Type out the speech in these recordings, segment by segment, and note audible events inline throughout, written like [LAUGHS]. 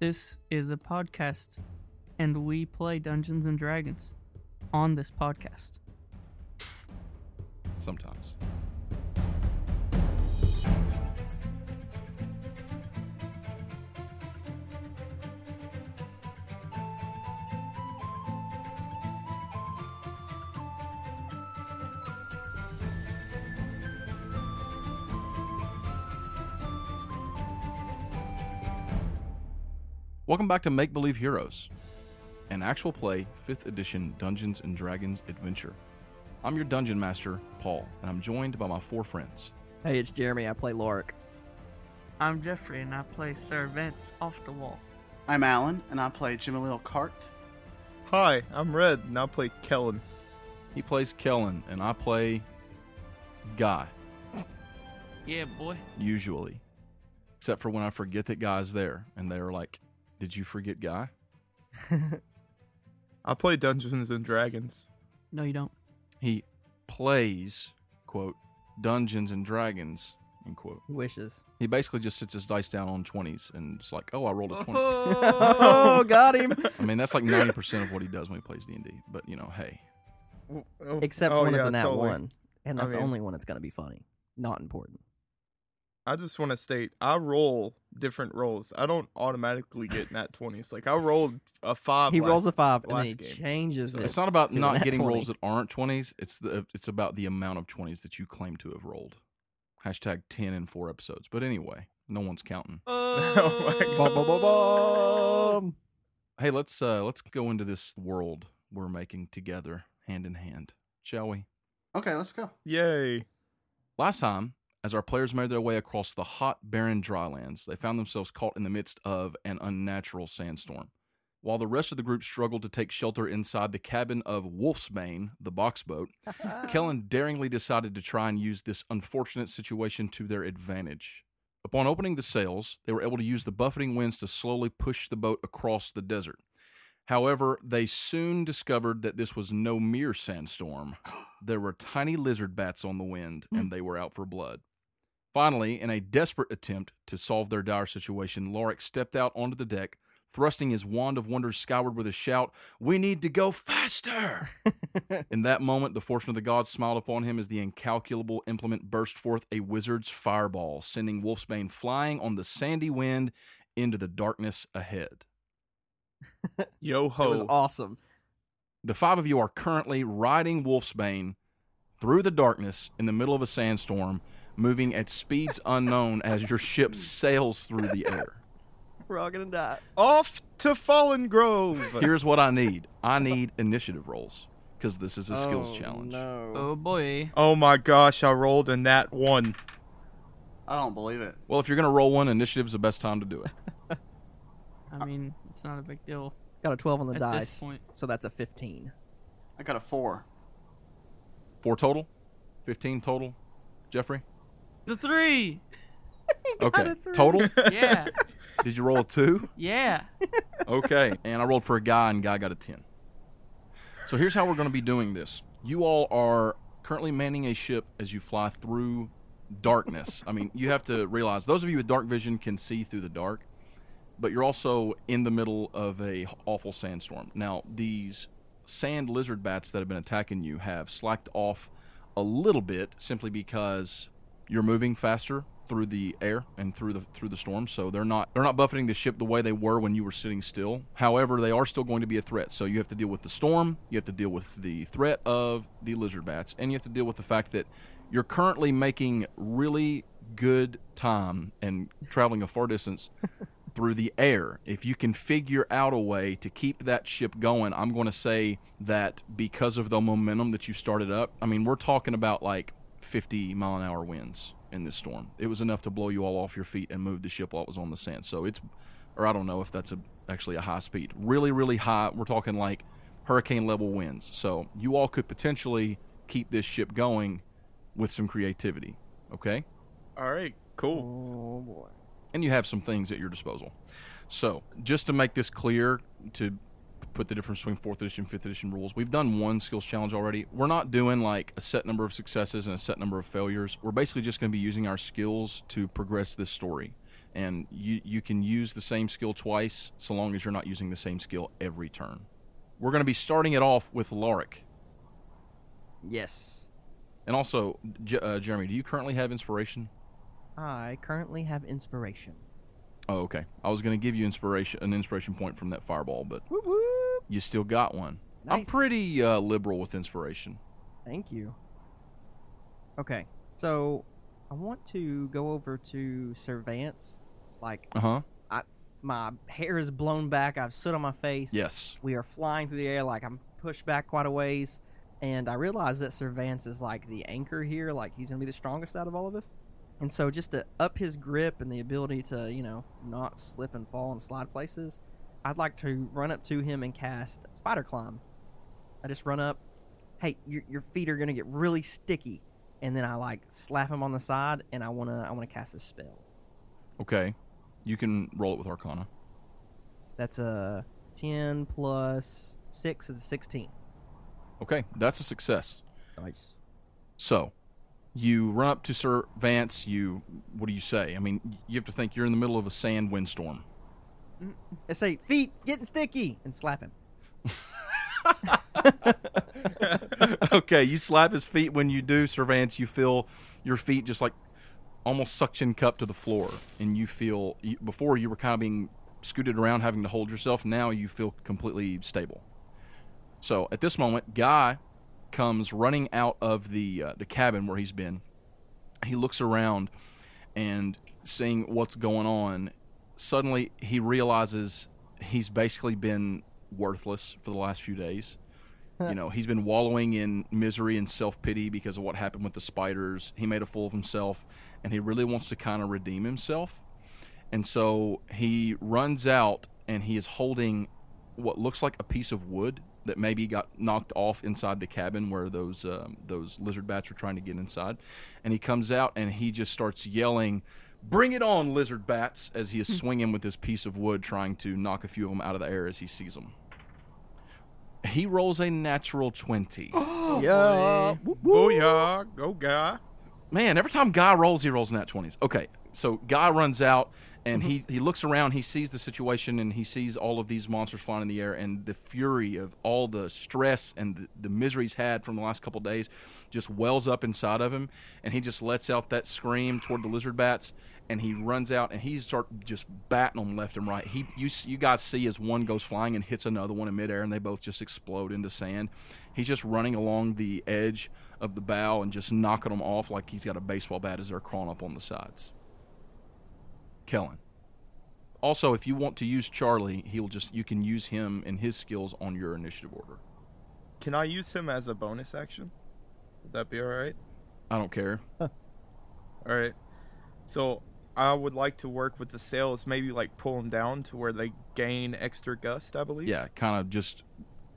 This is a podcast, and we play Dungeons and Dragons on this podcast. Sometimes. Welcome back to Make Believe Heroes, an actual play 5th edition Dungeons and Dragons adventure. I'm your dungeon master, Paul, and I'm joined by my four friends. Hey, it's Jeremy. I play Lorik. I'm Jeffrey, and I play Sir Vince off the wall. I'm Alan, and I play Jamalil Karth. Hi, I'm Red, and I play Kellen. He plays Kellen, and I play Guy, Yeah, boy. usually. Except for when I forget that Guy's there, and they're like, Did you forget Guy? I play Dungeons and Dragons. No, you don't. He plays, quote, Dungeons and Dragons, end quote. [LAUGHS] Wishes. He basically just sits his dice down on 20s and it's like, Oh, I rolled a 20. Oh, [LAUGHS] got him. I mean, that's like 90% of what he does when he plays D&D, but you know, hey. Except Oh, when yeah, it's a nat totally. one, and I that's mean- only when it's gonna be funny. Not important. I just want to state I roll different rolls. I don't automatically get nat 20s. Like, I rolled a 5. he rolls a last- five, and then he last game. changes it. It's not about to a not nat getting 20. rolls that aren't 20s. It's the it's about the amount of 20s that you claim to have rolled. Hashtag 10 in four episodes. But anyway, no one's counting. [LAUGHS] [LAUGHS] Oh Bum, bum, bum, bum. Hey, let's uh let's go into this world we're making together hand in hand, shall we? Okay, let's go. Yay. Last time, as our players made their way across the hot, barren drylands, they found themselves caught in the midst of an unnatural sandstorm. While the rest of the group struggled to take shelter inside the cabin of Wolfsbane, the box boat, Kellen daringly decided to try and use this unfortunate situation to their advantage. Upon opening the sails, they were able to use the buffeting winds to slowly push the boat across the desert. However, they soon discovered that this was no mere sandstorm. There were tiny lizard bats on the wind, and they were out for blood. Finally, in a desperate attempt to solve their dire situation, Lorik stepped out onto the deck, thrusting his wand of wonders skyward with a shout, We need to go faster! in that moment, the fortune of the gods smiled upon him as the incalculable implement burst forth a wizard's fireball, sending Wolfsbane flying on the sandy wind into the darkness ahead. Yo It Oh. was ho. awesome. The five of you are currently riding Wolfsbane through the darkness in the middle of a sandstorm, moving at [LAUGHS] speeds unknown as your ship sails through the air. We're all gonna die. Off to [LAUGHS] Fallen Grove. Here's what I need I need initiative rolls because this is a skills Oh, challenge. No. Oh, boy. oh my gosh, I rolled a nat 1. I don't believe it. Well, if you're going to roll one, initiative's the best time to do it. I mean, it's not a big deal. Got a twelve on the At dice, this point- so that's a fifteen. I got a four. Four total? 15 total? [LAUGHS] Jeffrey? The [LAUGHS] three! Okay. Total? [LAUGHS] Yeah, Did you roll a two? [LAUGHS] yeah. okay. And I rolled for a guy, and guy got a 10. So here's how we're going to be doing this. You all are currently manning a ship as you fly through darkness. I mean, you have to realize those of you with dark vision can see through the dark, but you're also in the middle of a awful sandstorm. Now, these sand lizard bats that have been attacking you have slacked off a little bit simply because you're moving faster through the air and through the through the storm so they're not they're not buffeting the ship the way they were when you were sitting still however they are still going to be a threat so you have to deal with the storm you have to deal with the threat of the lizard bats and you have to deal with the fact that you're currently making really good time and traveling a far distance through the air. If you can figure out a way to keep that ship going, I'm going to say that because of the momentum that you started up, I mean, we're talking about like 50 mile an hour winds in this storm. It was enough to blow you all off your feet and move the ship while it was on the sand. So it's, or I don't know if that's a, actually a high speed. Really, really high. We're talking like hurricane level winds. So you all could potentially keep this ship going with some creativity. Okay? All right, cool. Oh boy. and you have some things at your disposal. So, just to make this clear, to put the difference between fourth edition, fifth edition rules, we've done one skills challenge already. We're not doing like a set number of successes and a set number of failures. We're basically just going to be using our skills to progress this story. and you you can use the same skill twice so long as you're not using the same skill every turn. We're going to be starting it off with Lorik. Yes. And also, J- uh, Jeremy, do you currently have inspiration? I currently have inspiration. Oh, okay. I was going to give you inspiration an inspiration point from that fireball, but Whoop whoop. you still got one. I'm Nice. pretty uh, liberal with inspiration. Thank you. Okay, so I want to go over to Surveillance. Like, Uh huh. my hair is blown back. I've soot on my face. Yes. We are flying through the air. Like, I'm pushed back quite a ways. And I realize that Surveillance is like the anchor here. Like, he's going to be the strongest out of all of us. And so, just to up his grip and the ability to, you know, not slip and fall and slide places, I'd like to run up to him and cast Spider Climb. I just run up. Hey, your, your feet are going to get really sticky. And then I like slap him on the side, and I wanna I wanna cast this spell. Okay. You can roll it with Arcana. That's a 10 plus 6 is a 16. Okay, that's a success. Nice. So, you run up to Sir Vance. You, what do you say? I mean, you have to think you're in the middle of a sand windstorm. I say, feet getting sticky, and slap him. okay, you slap his feet. When you do, Sir Vance, you feel your feet just like almost suction cup to the floor, and you feel you- before you were kind of being scooted around, having to hold yourself. Now you feel completely stable. So at this moment, Guy comes running out of the uh, the cabin where he's been. He looks around and seeing what's going on. Suddenly, he realizes he's basically been worthless for the last few days you know he's been wallowing in misery and self-pity because of what happened with the spiders he made a fool of himself and he really wants to kind of redeem himself and so he runs out and he is holding what looks like a piece of wood that maybe got knocked off inside the cabin where those um, those lizard bats were trying to get inside and he comes out and he just starts yelling bring it on lizard bats as he is swinging with this piece of wood trying to knock a few of them out of the air as he sees them he rolls a natural 20 yeah. Booyah, go guy. Man, every time Guy rolls, he rolls nat 20s. Okay, so Guy runs out and he, he looks around, he sees the situation, and he sees all of these monsters flying in the air, and the fury of all the stress and the, the misery he's had from the last couple days just wells up inside of him, and he just lets out that scream toward the lizard bats, and he runs out and he start just batting them left and right. He you s- you guys see as one goes flying and hits another one in midair, and they both just explode into sand. He's just running along the edge of the bow and just knocking them off like he's got a baseball bat as they're crawling up on the sides. Kellen. Also, if you want to use Charlie, he'll just you can use him and his skills on your initiative order. Can I use him as a bonus action? Would that be all right? I don't care. All right. So I would like to work with the sails, maybe like pull them down to where they gain extra gust. I believe. Yeah, kind of just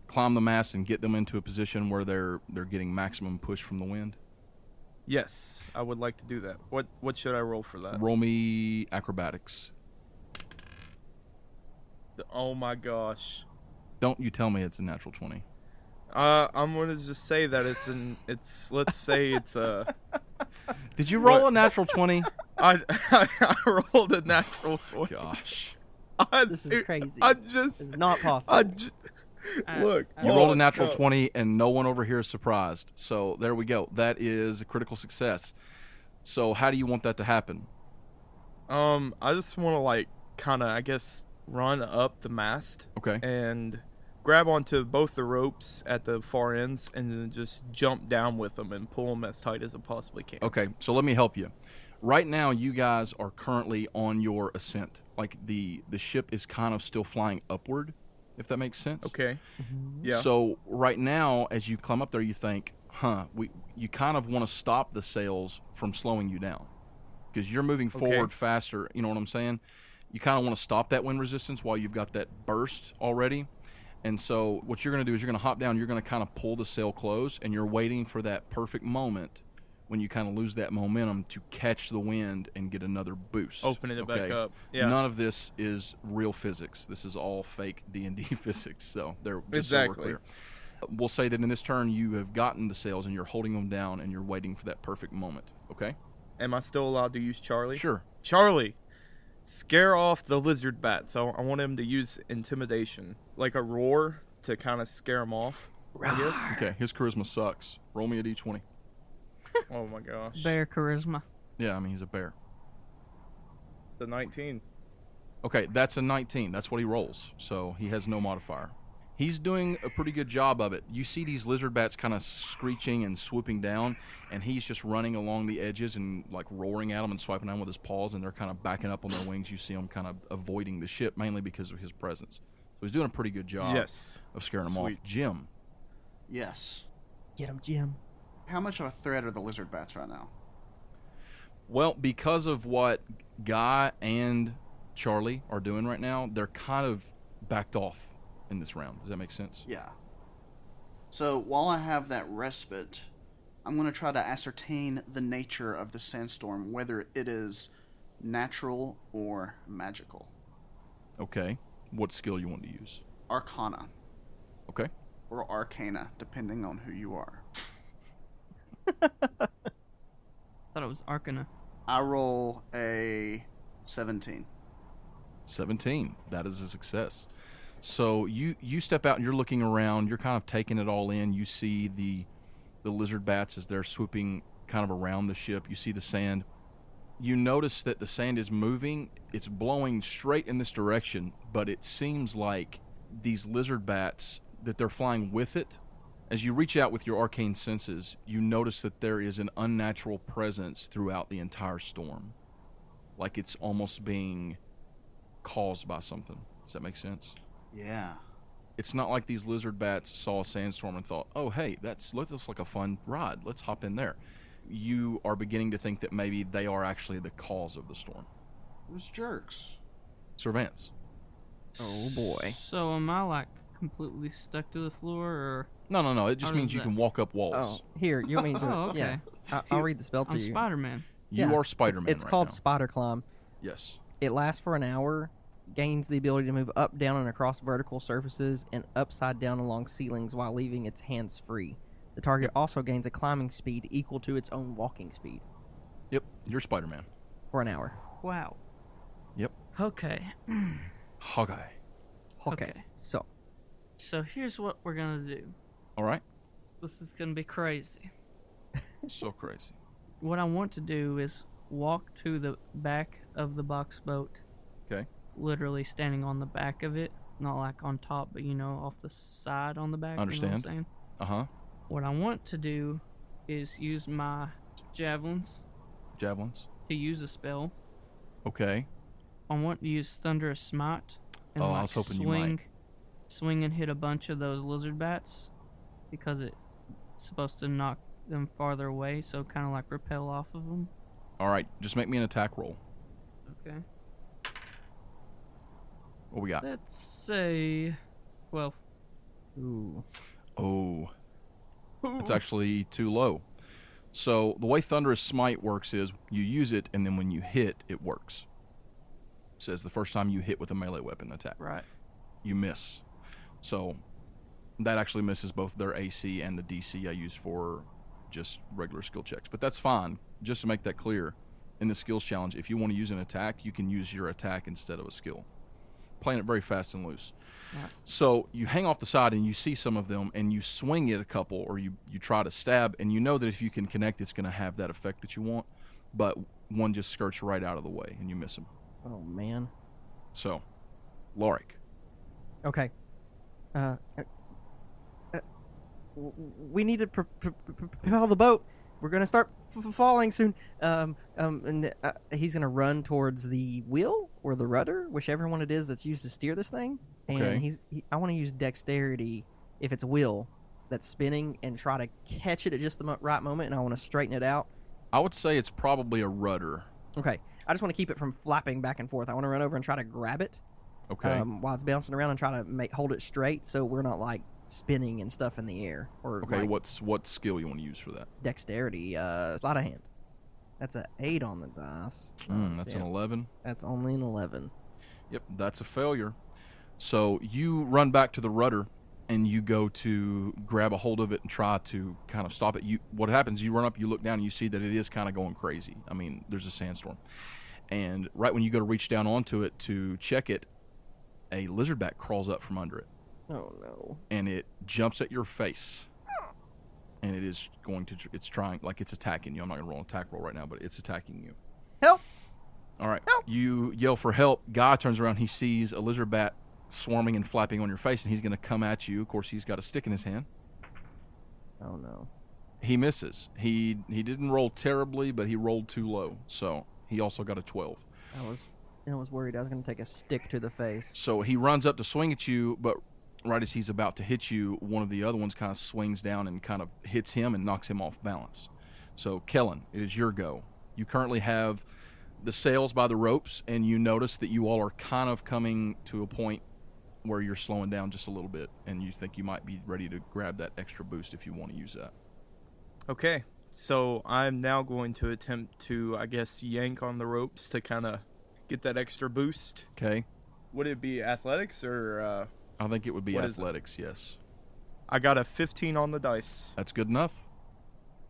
climb the mast and get them into a position where they're they're getting maximum push from the wind. Yes, I would like to do that. What What should I roll for that? Roll me acrobatics. Oh my gosh. Don't you tell me it's a natural twenty. Uh, I'm gonna just say that it's an it's let's say it's a [LAUGHS] Did you roll What? a natural twenty? I [LAUGHS] I, rolled [LAUGHS] a natural [LAUGHS] twenty. Gosh, I, This is dude, crazy. I just [LAUGHS] It's not possible. I just I- look. I- you oh, rolled a natural no. twenty, and no one over here is surprised. So there we go. That is a critical success. So how do you want that to happen? Um, I just want to like kind of I guess run up the mast. Okay. and grab onto both the ropes at the far ends and then just jump down with them and pull them as tight as I possibly can. Okay, so let me help you. Right now, you guys are currently on your ascent. Like the the ship is kind of still flying upward, if that makes sense. Okay. Yeah. So right now, as you climb up there, you think, "Huh." We you kind of want to stop the sails from slowing you down because you're moving forward faster. You know what I'm saying? You kind of want to stop that wind resistance while you've got that burst already. And so what you're going to do is you're going to hop down. You're going to kind of pull the sail close, and you're waiting for that perfect moment when you kind of lose that momentum to catch the wind and get another boost. Opening it back Okay? up. Yeah. None of this is real physics. This is all fake [LAUGHS] D and D physics. So they're just so Exactly. we're clear. We'll say that in this turn you have gotten the sails and you're holding them down and you're waiting for that perfect moment. Okay. Am I still allowed to use Charlie? Sure. Charlie, scare off the lizard bats. I, I want him to use intimidation, like a roar to kind of scare him off. I guess. Okay, his charisma sucks. Roll me a d20. Oh my gosh. Bear charisma. Yeah, I mean he's a bear. The 19. Okay, that's a 19. That's what he rolls. So he has no modifier. He's doing a pretty good job of it. You see these lizard bats kind of screeching and swooping down, and he's just running along the edges and like roaring at them and swiping at them with his paws, and they're kind of backing up on their wings. You see them kind of avoiding the ship, mainly because of his presence. So he's doing a pretty good job Yes. of scaring them Sweet. off. Jim, Yes. Get him, Jim. How much of a threat are the lizard bats right now? Well, because of what Guy and Charlie are doing right now, they're kind of backed off in this round. Does that make sense? Yeah. So while I have that respite, I'm going to try to ascertain the nature of the sandstorm, whether it is natural or magical. Okay. What skill you want to use? Arcana Okay. or arcana, depending on who you are. Thought it was Arcana. I roll a 17. 17. That is a success. So you you step out and you're looking around, you're kind of taking it all in. You see the the lizard bats as they're swooping kind of around the ship. You see the sand. You notice that the sand is moving. It's blowing straight in this direction, but it seems like these lizard bats that they're flying with it. As you reach out with your arcane senses, you notice that there is an unnatural presence throughout the entire storm. Like it's almost being caused by something. Does that make sense? Yeah. It's not like these lizard bats saw a sandstorm and thought, "Oh, hey, that's that looks like a fun ride. Let's hop in there." You are beginning to think that maybe they are actually the cause of the storm. Those jerks. Servants. Oh boy. So am I like completely stuck to the floor or No, no, no. It How just does means you that- can walk up Oh, walls. here you mean? to- [LAUGHS] Oh, okay. Yeah, I, I'll read the spell to I'm you. Spider Man. You Yeah. are Spider-Man. It's, it's right called now. Spider Climb. yes. It lasts for an hour, gains the ability to move up, down, and across vertical surfaces and upside down along ceilings while leaving its hands free. The target also gains a climbing speed equal to its own walking speed Yep. You're Spider-Man. for [SIGHS] an hour. Wow. Yep. Okay. Hawkeye. Okay. Okay. So, So here's what we're gonna do. All right. This is gonna be crazy. so crazy. What I want to do is walk to the back of the box boat, Okay. literally standing on the back of it, not like on top, but you know, off the side on the back. You know Understand. what I'm saying? Uh huh. What I want to do is use my javelins Javelins. to use a spell. Okay. I want to use thunderous smite and Oh, like I was hoping you swing, might. swing and hit a bunch of those lizard bats because it's supposed to knock them farther away, so kind of like repel off of them. All right. Just make me an attack roll. Okay, What we got? let's say twelve. ooh, Oh. It's actually too low. So the way Thunderous Smite works is you use it, and then when you hit, it works. Says the first time you hit with a melee weapon attack, Right. you miss. So that actually misses both their AC and the DC I use for just regular skill checks. But that's fine. Just to make that clear, in the skills challenge, if you want to use an attack, you can use your attack instead of a skill. Playing it very fast and loose. So you hang off the side and you see some of them and you swing at a couple or you, you try to stab and you know that if you can connect it's going to have that effect that you want, but one just skirts right out of the way and you miss him. oh man. So, Lorik, Okay. Uh, uh, uh, w- w- we need to pr- pr- pr- pr- propel the boat. We're gonna start f- f- falling soon. Um, um, and uh, he's gonna run towards the wheel or the rudder, whichever one it is that's used to steer this thing. And Okay. he's, he, I want to use dexterity if it's a wheel that's spinning and try to catch it at just the mo- right moment. And I want to straighten it out. I would say it's probably a rudder. Okay. I just want to keep it from flapping back and forth. I want to run over and try to grab it Okay. um, while it's bouncing around and try to make hold it straight so we're not like spinning and stuff in the air or okay. like, what's what skill you want to use for that? dexterity uh sleight of hand that's a eight on the dice Mm, that's an Damn. eleven. that's only an 11 Yep, that's a failure. So you run back to the rudder and you go to grab a hold of it and try to kind of stop it. You what happens, you run up, you look down and you see that it is kind of going crazy. I mean, there's a sandstorm. and right when you go to reach down onto it to check it, a lizardback crawls up from under it Oh no. and it jumps at your face. And it is going to, tr- it's trying, like it's attacking you. I'm not going to roll an attack roll right now, but it's attacking you. Help! All right. Help! You yell for help. Guy turns around. He sees a lizard bat swarming and flapping on your face, and he's going to come at you. Of course, he's got a stick in his hand. Oh no. He misses. He he didn't roll terribly, but he rolled too low. So he also got a 12. I was I was worried I was gonna take a stick to the face. So he runs up to swing at you, but right as he's about to hit you, one of the other ones kind of swings down and kind of hits him and knocks him off balance. So, Kellen, it is your go. You currently have the sails by the ropes, and you notice that you all are kind of coming to a point where you're slowing down just a little bit, and you think you might be ready to grab that extra boost if you want to use that. Okay, so I'm now going to attempt to, I guess, yank on the ropes to kind of get that extra boost. Okay. Would it be athletics or? Uh, I think it would be What is it? athletics, yes. I got a 15 on the dice. That's good enough.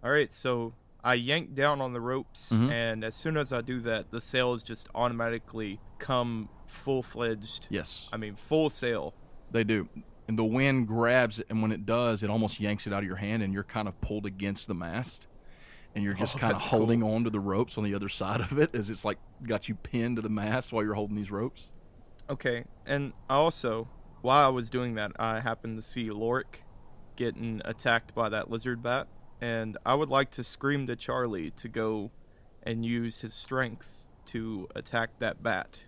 All right, so I yank down on the ropes, Mhm. and as soon as I do that, the sails just automatically come full fledged. Yes. I mean, full sail. They do. And the wind grabs it, and when it does, it almost yanks it out of your hand, and you're kind of pulled against the mast. And you're just Oh, kind of that's holding on to the ropes on the other side of it as it's like got you pinned to the mast while you're holding these ropes. Okay, and I also, while I was doing that, I happened to see Lorik getting attacked by that lizard bat, and I would like to scream to Charlie to go and use his strength to attack that bat.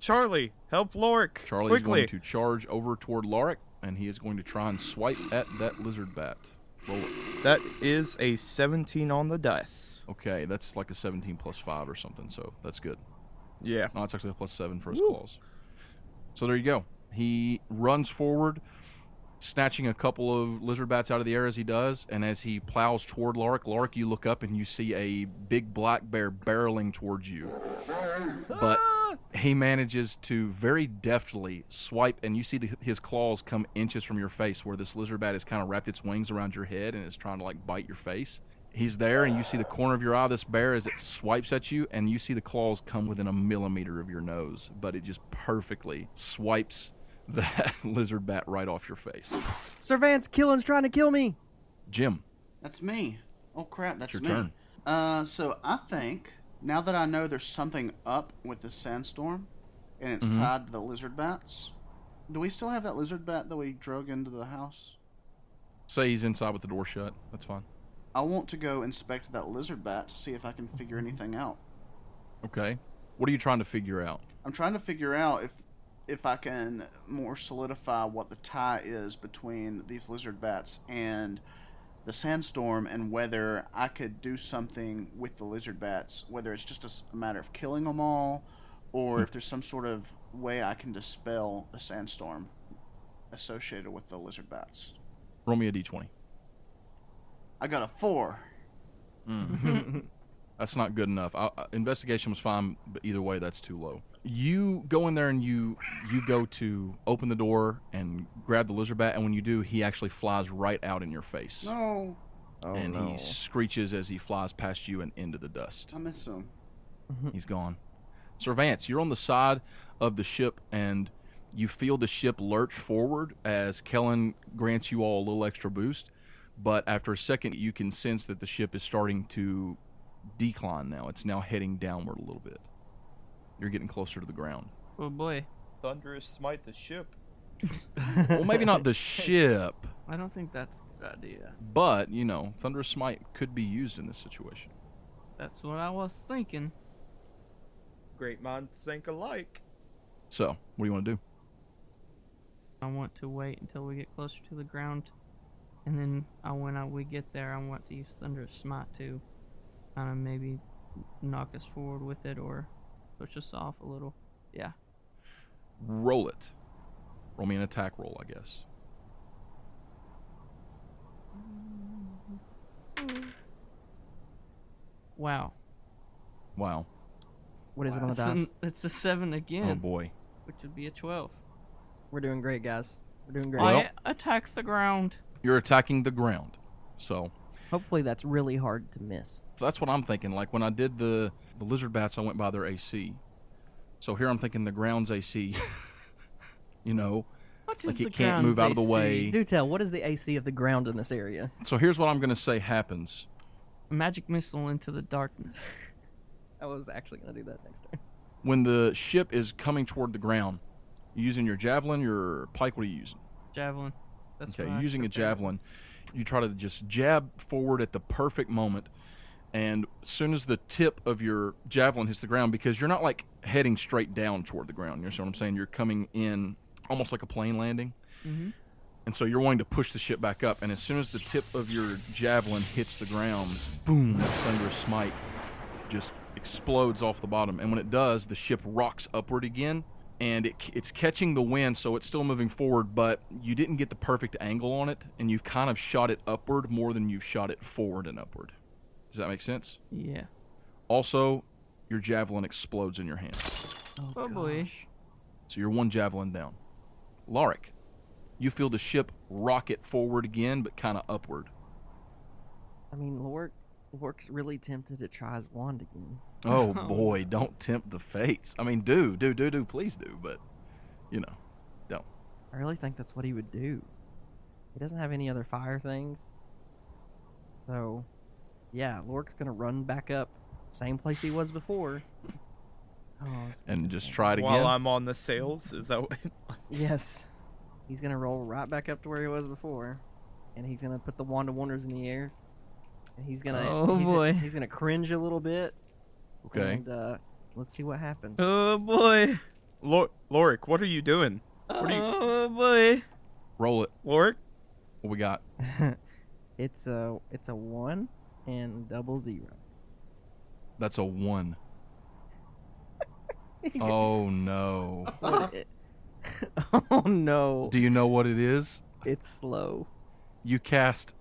Charlie, help Lorik Charlie is quickly! going to charge over toward Lark, and he is going to try and swipe at that lizard bat. Roll it. That is a 17 on the dice. Okay, that's like a 17 plus 5 or something, so that's good. Yeah. No, it's Oh, actually a plus seven for his claws. So there you go. He runs forward, snatching a couple of lizard bats out of the air as he does, and as he plows toward Lark, Lark, you look up and you see a big black bear barreling towards you. But he manages to very deftly swipe, and you see the, his claws come inches from your face, where this lizard bat has kind of wrapped its wings around your head and is trying to like bite your face. He's there, and you see the corner of your eye. This bear as it swipes at you, and you see the claws come within a millimeter of your nose, but it just perfectly swipes [LAUGHS] that lizard bat right off your face. Sir Vance, Killen's trying to kill me. Jim, That's me. Oh crap, that's your me. turn. Uh, so I think now that I know there's something up with the sandstorm, and it's Mm-hmm. tied to the lizard bats. Do we still have that lizard bat that we drug into the house? say he's inside with the door shut. That's fine. I want to go inspect that lizard bat to see if I can figure Mm-hmm. anything out. Okay. What are you trying to figure out? I'm trying to figure out if if I can more solidify what the tie is between these lizard bats and the sandstorm and whether I could do something with the lizard bats, whether it's just a s- a matter of killing them all or if there's some sort of way I can dispel the sandstorm associated with the lizard bats. Roll me a d20. I got a 4. That's not good enough. I, I- investigation was fine, but either way, that's too low. You go in there and you you go to open the door and grab the lizard bat, and when you do, he actually flies right out in your face, No, Oh and no. he screeches as he flies past you and into the dust. I missed him. He's gone. Sir Vance, you're on the side of the ship, and you feel the ship lurch forward as Kellen grants you all a little extra boost. But after a second, you can sense that the ship is starting to decline now. It's now heading downward a little bit. You're getting closer to the ground. Oh boy, Thunderous smite the ship. Well, maybe not the ship, I don't think that's a good idea. but, you know, Thunderous Smite could be used in this situation. That's what I was thinking. Great minds think alike. So, what do you want to do? I want to wait until we get closer to the ground, and then I, when I, we get there, I want to use Thunderous Smite to kind of maybe knock us forward with it or push us off a little. Yeah. Roll it. Roll me an attack roll, I guess. Wow. Wow. what is it on the It's, dice? an- it's a seven again, Oh, boy. which would be a twelve. We're doing great, guys. We're doing great. Well- I attack the ground. You're attacking the ground. So, Hopefully that's really hard to miss. that's what I'm thinking. Like when I did the the lizard bats, I went by their AC. So here I'm thinking the ground's AC. [LAUGHS] you know, What is like the it can't ground move out of the AC? way. Do tell, what is the AC of the ground in this area? So here's what I'm going to say happens. Magic missile into the darkness. I was actually going to do that next turn. When the ship is coming toward the ground, you using your javelin, your pike, what are you using? Javelin. That's okay, what I using a prepared. javelin, you try to just jab forward at the perfect moment, and as soon as the tip of your javelin hits the ground, because you're not like heading straight down toward the ground. You understand what I'm saying? You're coming in almost like a plane landing, Mhm. and so you're wanting to push the ship back up. And as soon as the tip of your javelin hits the ground, boom! That thunderous smite just explodes off the bottom. And when it does, the ship rocks upward again, and it, it's catching the wind, so it's still moving forward, but you didn't get the perfect angle on it, and you've kind of shot it upward more than you've shot it forward and upward. Does that make sense? Yeah. Also, your javelin explodes in your hand. Oh, boy. So you're one javelin down. Lorik, you feel the ship rocket forward again, but kind of upward. I mean, Lork, Lork's really tempted to try his wand again. Oh boy, don't tempt the fates. I mean, do, do, do, do, please do, but, you know, don't. I really think that's what he would do. He doesn't have any other fire things. So, yeah, Lork's going to run back up, same place he was [LAUGHS] before. Oh, it's- And just try it again. While I'm on the sails, is that what? yes. He's going to roll right back up to where he was before. And he's going to put the Wand of Wonders in the air. And he's going to. Oh, he's boy. he's going to cringe a little bit. okay. And uh, let's see what happens. Oh boy. [LAUGHS] Lor- Lorik, what are you doing? What are you- Oh boy. Roll it. Lorik, What we got? [LAUGHS] it's a it's a one and double zero. That's a one. [LAUGHS] oh no. oh no! Do you know what it is? It's slow. You cast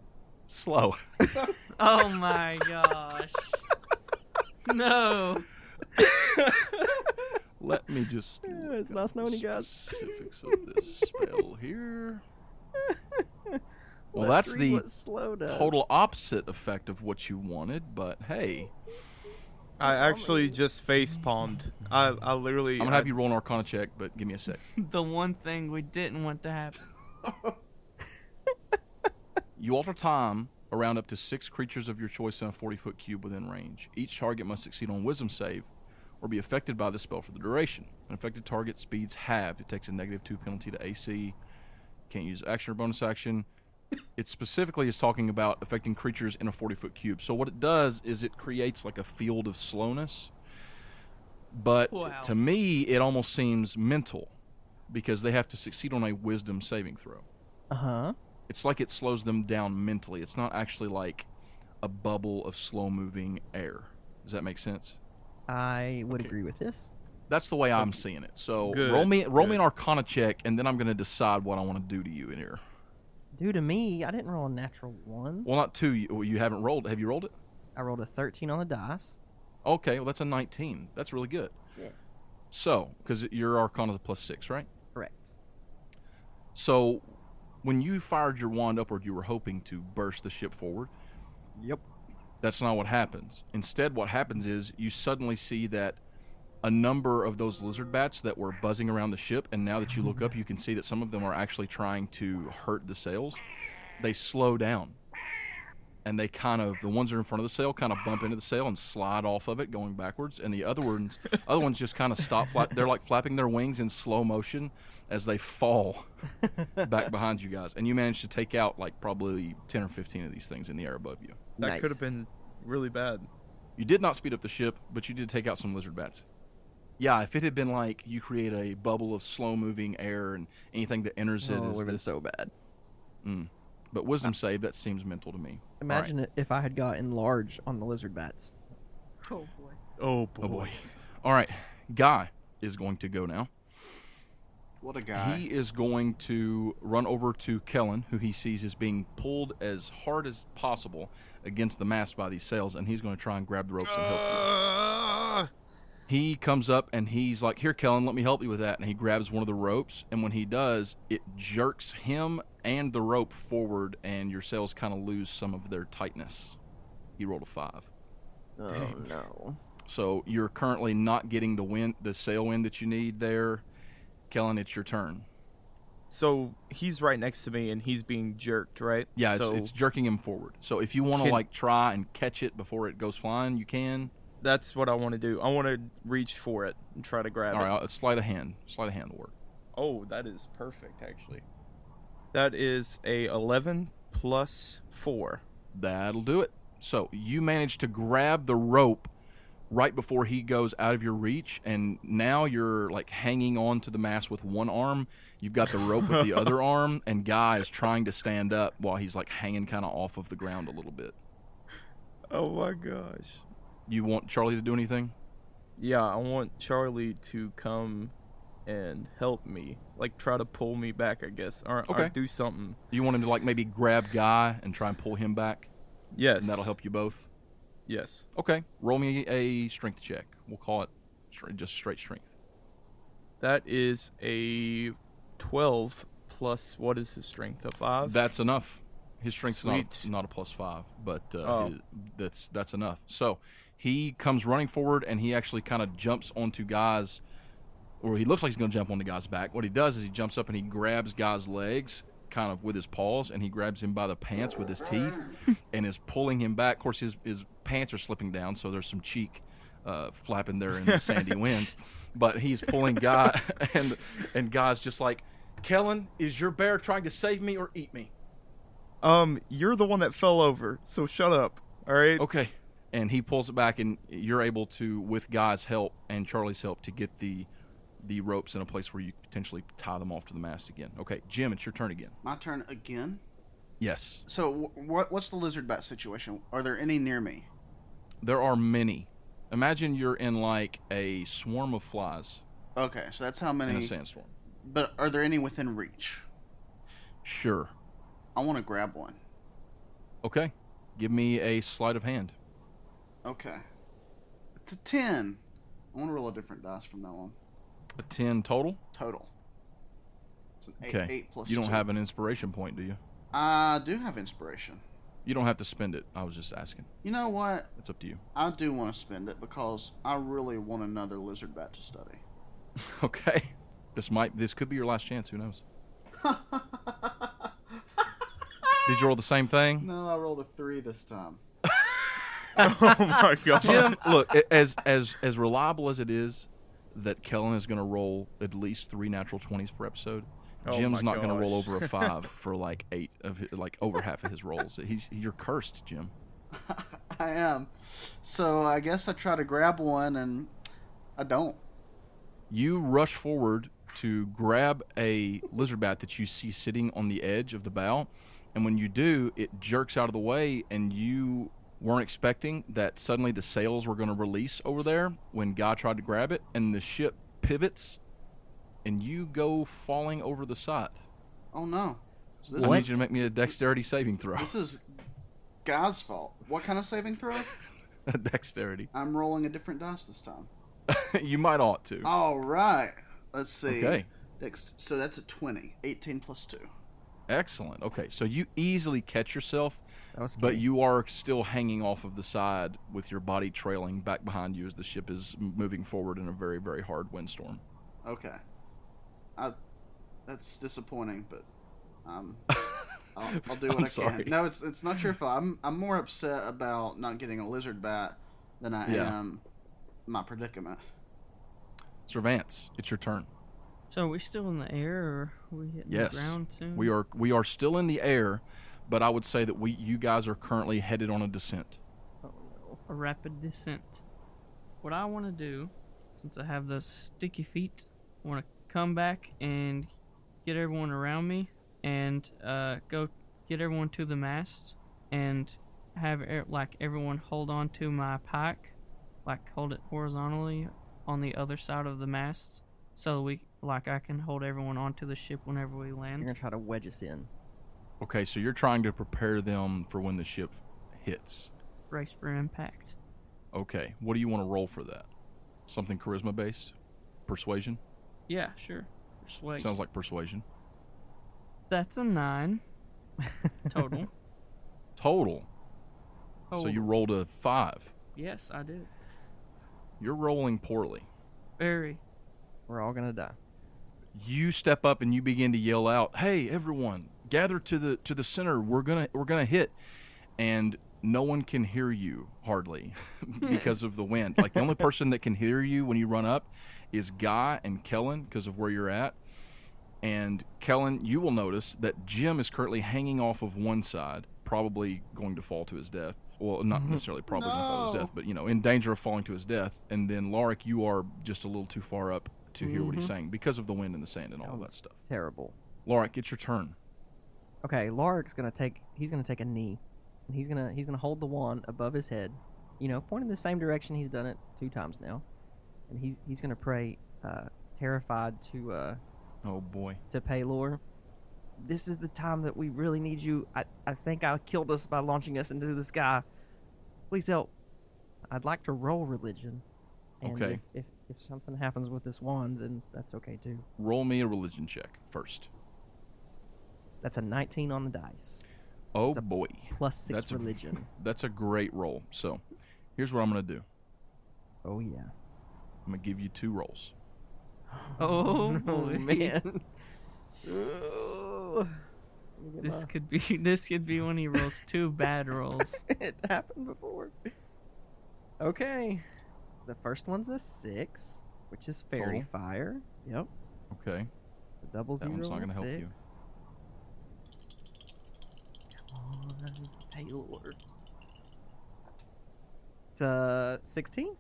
slow. [LAUGHS] [LAUGHS] Oh my gosh. [LAUGHS] No. Let me [LAUGHS] just look it's not up snowing, the you guys. Specifics of this spell [LAUGHS] here. [LAUGHS] Well, Let's that's read the what slow does. total opposite effect of what you wanted, but hey, I actually just face palmed. I, I literally. I'm gonna have you roll an Arcana check, but give me a sec. The one thing we didn't want to happen. You alter time around up to six creatures of your choice in a 40 foot cube within range. Each target must succeed on Wisdom save or be affected by the spell for the duration. An affected target speeds halved. It takes a negative two penalty to AC. Can't use action or bonus action. It specifically is talking about affecting creatures in a 40 foot cube. So, what it does is it creates like a field of slowness. But Wow. to me, it almost seems mental because they have to succeed on a wisdom saving throw Uh huh. it's like it slows them down mentally. It's not actually like a bubble of slow moving air. Does that make sense? I would Okay. agree with this. That's the way I'm seeing it. So Good, roll me roll me good. an Arcana check, and then I'm going to decide what I want to do to you in here. Due to me, I didn't roll a natural one. Well, not two. You, well, you haven't rolled. Have you rolled it? I rolled a thirteen on the dice. Okay. Well, that's a 19. That's really good. Yeah. So, because your Arcana is a plus six, right? Correct. So, when you fired your wand upward, you were hoping to burst the ship forward. Yep. That's not what happens. Instead, what happens is you suddenly see that a number of those lizard bats that were buzzing around the ship, and now that you look up, you can see that some of them are actually trying to hurt the sails. They slow down. And they kind of the ones that are in front of the sail kind of bump into the sail and slide off of it, going backwards. And the other ones, other ones just kind of stop. Fla- they're like flapping their wings in slow motion as they fall back behind you guys. And you manage to take out like probably ten or fifteen of these things in the air above you. That nice. could have been really bad. You did not speed up the ship, but you did take out some lizard bats. Yeah, if it had been like you create a bubble of slow moving air and anything that enters it Oh, is would have been this. so bad. Mm. But wisdom save, that seems mental to me. Imagine it if I had gotten large on the lizard bats. Oh boy. Oh boy. Oh boy. All right. Guy is going to go now. What a guy. He is going to run over to Kellen, who he sees is being pulled as hard as possible against the mast by these sails, and he's going to try and grab the ropes and help you. Ah! He comes up and he's like, "Here, Kellen, let me help you with that." And he grabs one of the ropes, and when he does, it jerks him and the rope forward, and your sails kind of lose some of their tightness. He rolled a five. Oh no. So you're currently not getting the wind, the sail wind that you need there. Kellen, it's your turn. So he's right next to me, and he's being jerked, right? Yeah, it's, so it's jerking him forward. So if you want to Can- like try and catch it before it goes flying, you can. that's what I want to do. I want to reach for it and try to grab All it. right, I'll- sleight of hand, sleight of hand will work. Oh, that is perfect, actually. That is a 11 plus 4. That'll do it. So you manage to grab the rope right before he goes out of your reach, and now you're like hanging on to the mast with one arm. You've got the rope with the [LAUGHS] other arm, and Guy is trying to stand up while he's like hanging kind of off of the ground a little bit. Oh my gosh. You want Charlie to do anything? Yeah, I want Charlie to come and help me. Like, try to pull me back, I guess. Or, Okay. or do something. You want him to like maybe grab Guy and try and pull him back, Yes. and that'll help you both. Yes. Okay, roll me a strength check. We'll call it stra- just straight strength. That is a 12 plus, what is his strength? A 5? That's enough. His strength's not Sweet. not a plus five, but uh, Oh. his- that's that's enough. So he comes running forward, and he actually kind of jumps onto guys, or he looks like he's going to jump onto guys' back. What he does is he jumps up and he grabs guys' legs, kind of with his paws, and he grabs him by the pants with his teeth, and is pulling him back. Of course, his his pants are slipping down, so there's some cheek uh, flapping there in the sandy winds. But he's pulling guy, [LAUGHS] and and guys just like, Kellen, is your bear trying to save me or eat me? Um, you're the one that fell over, so shut up. All right. Okay. And he pulls it back, and you're able to, with Guy's help and Charlie's help, to get the the ropes in a place where you could potentially tie them off to the mast again. Okay, Jim, it's your turn again. My turn again. Yes, So, wh- what what's the lizard bat situation? Are there any near me? there are many. Imagine you're in like a swarm of flies Okay, so that's how in a many. sandstorm. But are there any within reach? Sure. I want to grab one. Okay, give me a sleight of hand. Okay, it's a ten. I want to roll a different dice from that one. A ten total. Total. It's an eight, Okay. eight plus you don't two. have an inspiration point, do you? I do have inspiration. You don't have to spend it. I was just asking. You know what? It's up to you. I do want to spend it because I really want another lizard bat to study. [LAUGHS] Okay. This might. This could be your last chance. Who [LAUGHS] knows? Did you roll the same thing? No, I rolled a three this time. [LAUGHS] [LAUGHS] oh [LAUGHS] my god. Jim, look, a- as as as reliable as it is that Kellen is going to roll at least three natural twenties per episode, Oh Jim's my not going to roll gosh. over a [LAUGHS] five for like eight of hi- like over half of his rolls. He's you're cursed, Jim. I am. So I guess I try to grab one and I don't. You rush forward to grab a lizard bat that you see sitting on the edge of the bow, and when you do, it jerks out of the way, and you weren't expecting that suddenly the sails were going to release over there when Guy tried to grab it, and the ship pivots, and you go falling over the side. Oh no. So I this, need you to make me a dexterity saving throw. [LAUGHS] this is Guy's fault. What kind of saving throw? dexterity. [LAUGHS] I'm rolling a different dice this time. you might ought to. All right. Let's see. Okay. Next. So that's a 20. 18 plus 2. Excellent. Okay, so you easily catch yourself, That was but cute. you are still hanging off of the side with your body trailing back behind you as the ship is m- moving forward in a very, very hard windstorm. Okay. I, that's disappointing, but [LAUGHS] um, I'll, I'll do what I'm I sorry. can. No, it's it's not your fault. I'm I'm more upset about not getting a lizard bat than I Yeah. am my predicament. Servance, it's your turn. So are we still in the air or are we hitting Yes, the ground soon? We are we are still in the air, but I would say that we you guys are currently headed on a descent. Oh no. a rapid descent. What I want to do, since I have those sticky feet, I want to come back and get everyone around me and uh, go get everyone to the mast and have er- like everyone hold on to my pike, like hold it horizontally on the other side of the mast, so we like I can hold everyone onto the ship whenever we land. You're gonna try to wedge us in. Okay, so you're trying to prepare them for when the ship hits. Brace for impact. Okay, what do you want to roll for that? Something charisma based? Persuasion? Yeah, sure. Persuade. Sounds like persuasion. That's a nine total. Total. So Total. you rolled a five. Oh, Yes, I did. You're rolling poorly. Very. We're all gonna die. You step up and you begin to yell out, "Hey, everyone, gather to the to the center. We're gonna we're gonna hit." And no one can hear you hardly [LAUGHS] because of the wind. Like the only person that can hear you when you run up is Guy and Kellen because of where you're at. And Kellen, you will notice that Jim is currently hanging off of one side, probably going to fall to his death. Well, not necessarily probably going to fall to his No. death, but you know, in danger of falling to his death. And then Lark, you are just a little too far up to hear Mm-hmm. what he's saying because of the wind and the sand and all that stuff. Terrible. Lark, it's your turn. Okay, Lark's gonna take. He's gonna take a knee, and he's gonna he's gonna hold the wand above his head, you know, pointing the same direction. He's done it two times now, and he's he's gonna pray, uh, terrified to uh, Oh boy. to Paylor. This is the time that we really need you. I, I think I killed us by launching us into the sky. Please help. I'd like to roll religion. And Okay. If, if, if something happens with this wand, then that's okay too. Roll me a religion check first. That's a 19 on the dice, Oh It's a boy. plus six That's a- religion. [LAUGHS] That's a great roll. So here's what I'm going to do oh, yeah. I'm going to give you two rolls. [LAUGHS] Oh [LAUGHS] Oh, boy. man. Ugh. Let me get This could be [LAUGHS] this could be when he rolls two bad rolls. my- [LAUGHS] it happened before. Okay. The first one's a six, which is fairy Total. fire. Yep. Okay. The double That zero one's not and gonna help you. six. Come on, Taylor. It's a 16?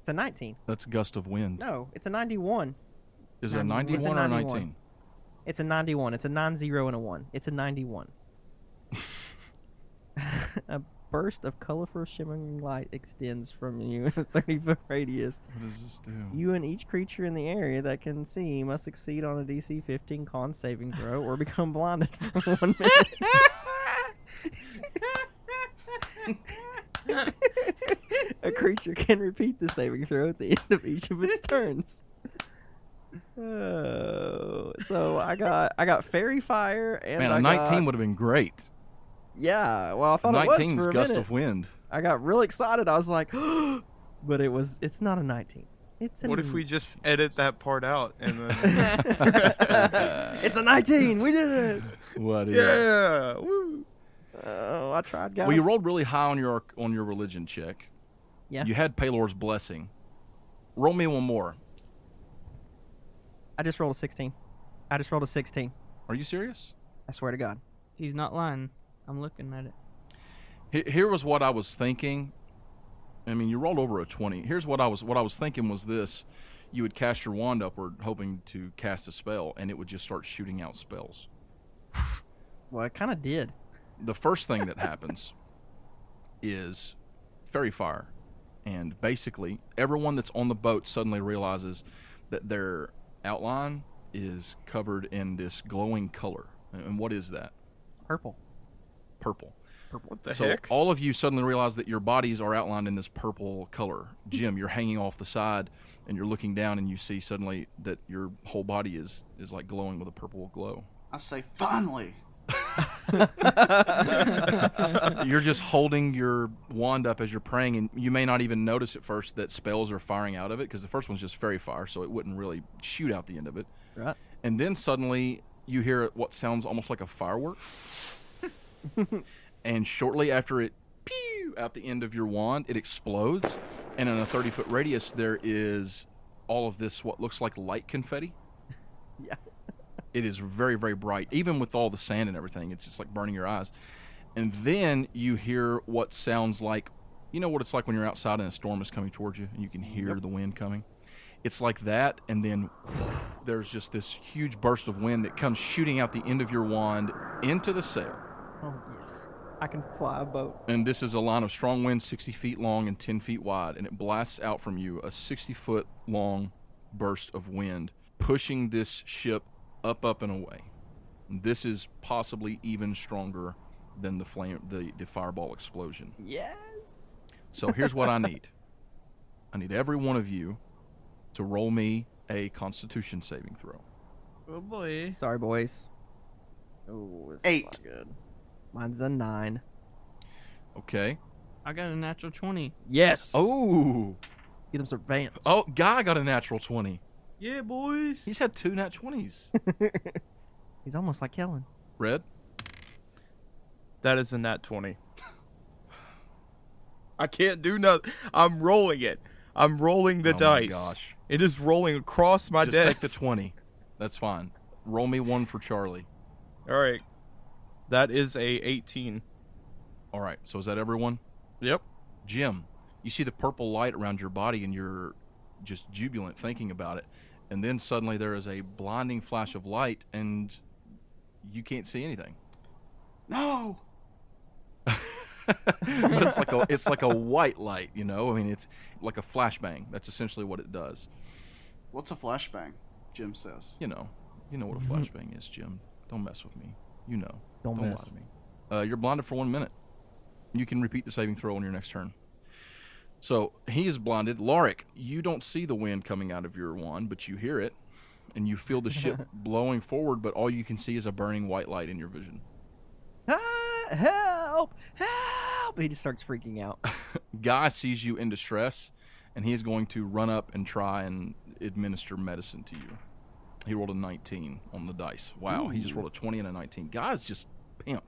It's a 19. That's gust of wind. No, it's a 91. Is it a 91. 91 It's a or a 91. 19? It's a 91. It's a 90 and a 1. It's a 91. [LAUGHS] a burst of colorful shimmering light extends from you in a 30 foot radius. What does this do? You and each creature in the area that can see must succeed on a DC 15 con saving throw or become blinded for one [LAUGHS] minute. a creature can repeat the saving throw at the end of each of its turns. Oh, so I got I got fairy fire and Man, I a 19 got- would have been great. yeah, well I thought it was 19 for a gust minute. of wind. I got real excited. I was like, [GASPS] but it was it's not a 19. It's a What if we just edit that part out and then? [LAUGHS] [LAUGHS] [LAUGHS] it's a 19. We did it. What is yeah. Woo. Oh, I tried, guys. Well, you rolled really high on your on your religion check. Yeah. You had Paylor's blessing. Roll me one more. I just rolled a 16. I just rolled a 16. Are you serious? I swear to God. He's not lying. I'm looking at it. He- Here was what I was thinking. I mean, you rolled over a twenty. Here's what I was what I was thinking was this: you would cast your wand upward, hoping to cast a spell, and it would just start shooting out spells. Well, it kind of did. The first thing that happens is fairy fire, and basically everyone that's on the boat suddenly realizes that their outline is covered in this glowing color. And what is that? Purple. Purple. What the so heck? all of you suddenly realize that your bodies are outlined in this purple color. Jim, you're hanging off the side and you're looking down and you see suddenly that your whole body is is like glowing with a purple [LAUGHS] glow. I say, finally. you're just holding your wand up as you're praying and you may not even notice at first that spells are firing out of it because the first one's just fairy fire so it wouldn't really shoot out the end of it. Right. And then suddenly you hear what sounds almost like a firework. and shortly after it pew out the end of your wand, it explodes. And in a 30 foot radius, there is all of this what looks like light confetti. Yeah. It is very, very bright. Even with all the sand and everything, it's just like burning your eyes. And then you hear what sounds like you know what it's like when you're outside and a storm is coming towards you and you can hear the wind coming? It's like that, and then there's just this huge burst of wind that comes shooting out the end of your wand into the sail. Oh, yes. I can fly a boat. And this is a line of strong wind 60 feet long and 10 feet wide, and it blasts out from you a 60 foot long burst of wind, pushing this ship up, up, and away. This is possibly even stronger than the flame, the, the fireball explosion. Yes. So here's what I need. I need every one of you to roll me a Constitution saving throw. Oh boy. Sorry, boys. Oh, it's Eight. Not good. Mine's a nine. Okay. I got a natural 20. Yes. Oh, Get them some Vance. oh, guy got a natural twenty. Yeah, boys. He's had two nat twenties. He's almost like Kellen. [LAUGHS] Red. That is a nat 20. I can't do nothing. I'm rolling it. I'm rolling the Oh my dice. gosh. It is rolling across my Just desk. take the twenty. That's fine. Roll me one for Charlie. All right. That is a 18. All right. So is that everyone? Yep. Jim, you see the purple light around your body and you're just jubilant thinking about it. And then suddenly there is a blinding flash of light and you can't see anything. [LAUGHS] No. but it's like a it's like a white light, you know? I mean, it's like a flashbang. That's essentially what it does. What's a flashbang? Jim says. You know. You know what a flashbang is, Jim. Don't mess with me. You know. Mm-hmm. Don't lie mess. to me. Uh, you're blinded for one minute. You can repeat the saving throw on your next turn. So he is blinded. Lorik, you don't see the wind coming out of your wand, but you hear it, and you feel the [LAUGHS] ship blowing forward. But all you can see is a burning white light in your vision. Ah, help! Help! He just starts freaking out. Guy sees you in distress, and he is going to run up and try and administer medicine to you. He rolled a 19 on the dice. Wow, he just rolled a 20 and a 19. Guy's just pimp.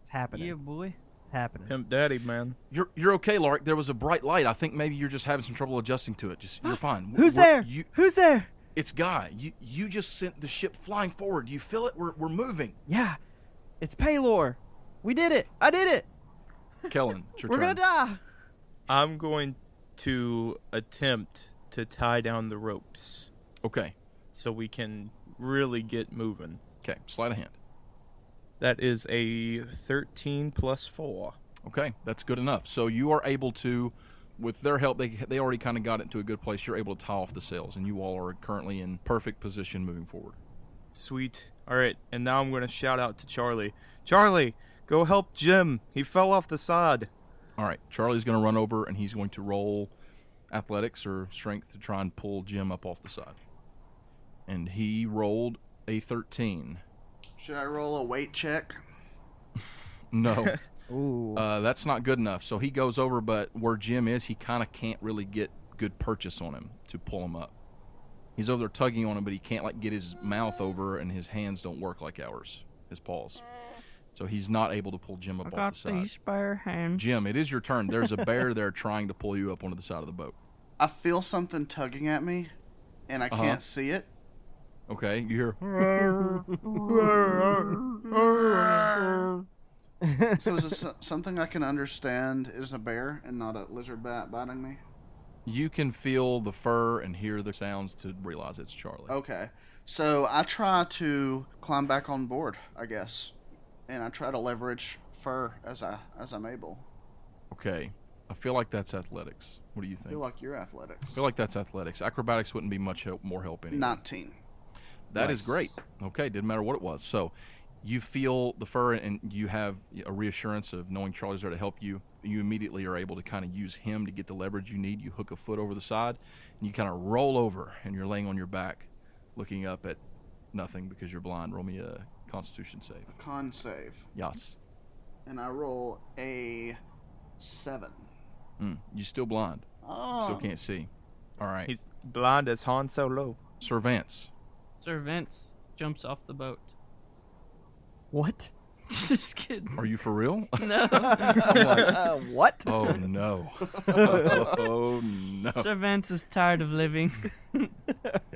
It's happening. Yeah, boy. It's happening. Pimp Daddy, man. You're you're okay, Lark. There was a bright light. I think maybe you're just having some trouble adjusting to it. Just [GASPS] you're fine. Who's We're- there? You, Who's there? it's Guy. You you just sent the ship flying forward. Do you feel it? We're we're [LAUGHS] moving. Yeah, it's Paylor. We did it. I did it. Kellen, it's your We're turn. gonna die. I'm going to attempt to tie down the ropes Okay. so we can really get moving. Okay. Slide of hand. That is a 13 plus 4. Okay, that's good enough. So you are able to, with their help, they they already kind of got it into a good place. You're able to tie off the sails, and you all are currently in perfect position moving forward. Sweet. All right, and now I'm going to shout out to Charlie. Charlie, go help Jim. He fell off the side. All right, Charlie's going to run over, and he's going to roll athletics or strength to try and pull Jim up off the side. And he rolled a thirteen. Should I roll a weight check? [LAUGHS] No, Ooh. uh, that's not good enough. So he goes over, but where Jim is, he kind of can't really get good purchase on him to pull him up. He's over there tugging on him, but he can't like get his mouth over, and his hands don't work like ours, his paws. So he's not able to pull I Jim up off got the side. these spare hands. Jim, it is your turn. There's a bear there trying to pull you up onto the side of the boat. I feel something tugging at me, and I Uh-huh. can't see it. Okay, you hear? So is it so- [LAUGHS] something I can understand is a bear and not a lizard bat biting me? You can feel the fur and hear the sounds to realize it's Charlie. Okay. So I try to climb back on board, I guess, and I try to leverage fur as I as I'm able. Okay, I feel like that's athletics. What do you think? I feel like you're athletics. I feel like that's athletics. Acrobatics wouldn't be much help, more help anyway. Nineteen. That is Nice. great. Okay, didn't matter what it was. So you feel the fur and you have a reassurance of knowing Charlie's there to help you. You immediately are able to kind of use him to get the leverage you need. You hook a foot over the side and you kind of roll over and you're laying on your back looking up at nothing because you're blind. Roll me a constitution save. Con save, Yes. and I roll a seven. Mm, you're still blind. Oh, Still can't see. All right. He's blind as Han Solo. Sir Vance. Sir Vince jumps off the boat. [LAUGHS] what? Just kidding. [LAUGHS] Are you [LAUGHS] for real? Uh, what? [LAUGHS] oh no. oh no. Sir Vince is tired of living.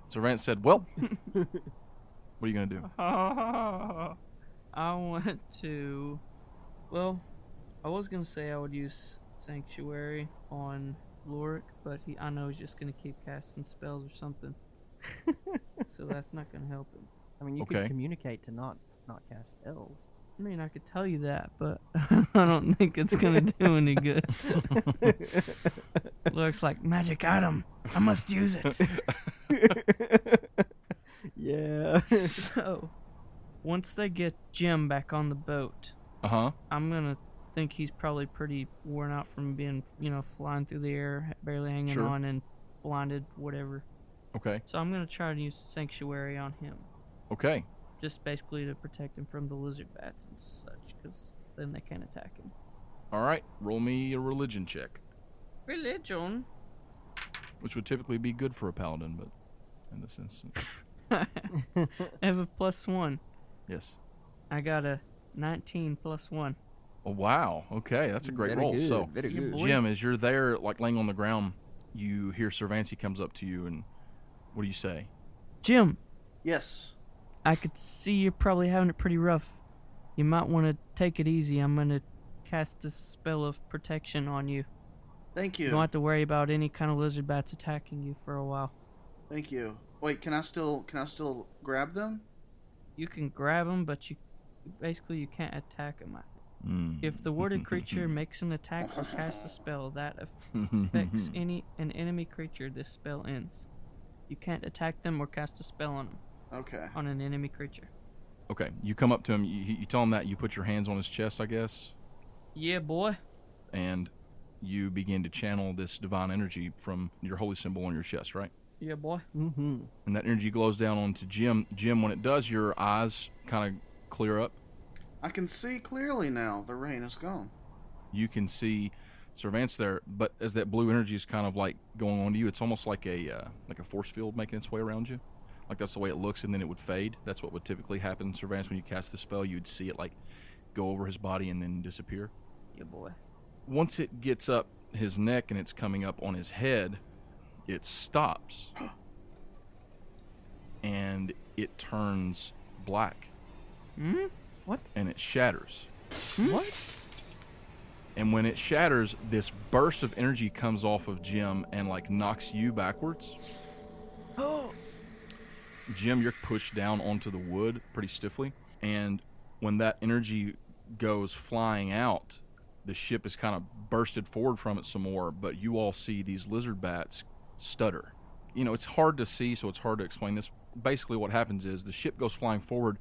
Sir Vance said, Well, what are you going to do? [LAUGHS] I want to. Well, I was gonna say I would use Sanctuary on Lorik, but he, I know he's just gonna keep casting spells or something. so that's not gonna help him. I mean, you Okay. can communicate to not not cast elves. I mean, I could tell you that, but [LAUGHS] I don't think it's gonna do any good. Looks like magic item. I must use it. [LAUGHS] yeah. so, once they get Jim back on the boat, Uh huh. I'm gonna think he's probably pretty worn out from being, you know, flying through the air, barely hanging Sure. on, and blinded, whatever. Okay. So I'm gonna try to use sanctuary on him, Okay. just basically to protect him from the lizard bats and such, because then they can't attack him. All right, roll me a religion check, [LAUGHS] Religion. which would typically be good for a paladin, but in this instance, I have a plus one. yes. I got a 19 plus one. Oh, wow. Okay, that's a great Very roll. good, So, very Yeah, good. boy. Jim, as you're there, like laying on the ground, you hear Cervantes comes up to you, and what do you say? Jim, Yes. I could see you're probably having it pretty rough. You might want to take it easy. I'm going to cast a spell of protection on you. Thank You you. don't have to worry about any kind of lizard bats attacking you for a while. Thank you. Wait, can I still can I still grab them? You can grab them, but you basically you can't attack them. I think. Mm. If the [LAUGHS] worded creature makes an attack or casts a spell that affects Mm-hmm. any an enemy creature, this spell ends. You can't attack them or cast a spell on 'em- Okay. on an enemy creature. okay, you come up to him, you, you tell him that, you put your hands on his chest, I guess, Yeah, boy. and you begin to channel this divine energy from your holy symbol on your chest, right? Yeah, boy. [LAUGHS] Mm-hmm. and that energy glows down onto Jim. Jim, when it does, your eyes kind of clear up. I can see clearly now. The rain is gone. You can see Cervantes there, but as that blue energy is kind of like going onto you, it's almost like a uh, like a force field making its way around you. Like that's the way it looks, and then it would fade. That's what would typically happen, Cervantes, when you cast the spell. You'd see it like go over his body and then disappear. Yeah, boy. Once it gets up his neck and it's coming up on his head, it stops and it turns black. Hmm. and it shatters. What? And when it shatters, this burst of energy comes off of Jim and like knocks you backwards. Jim, you're pushed down onto the wood pretty stiffly. And when that energy goes flying out, the ship is kind of bursted forward from it some more. But you all see these lizard bats stutter. You know, it's hard to see, so it's hard to explain this. Basically, what happens is the ship goes flying forward,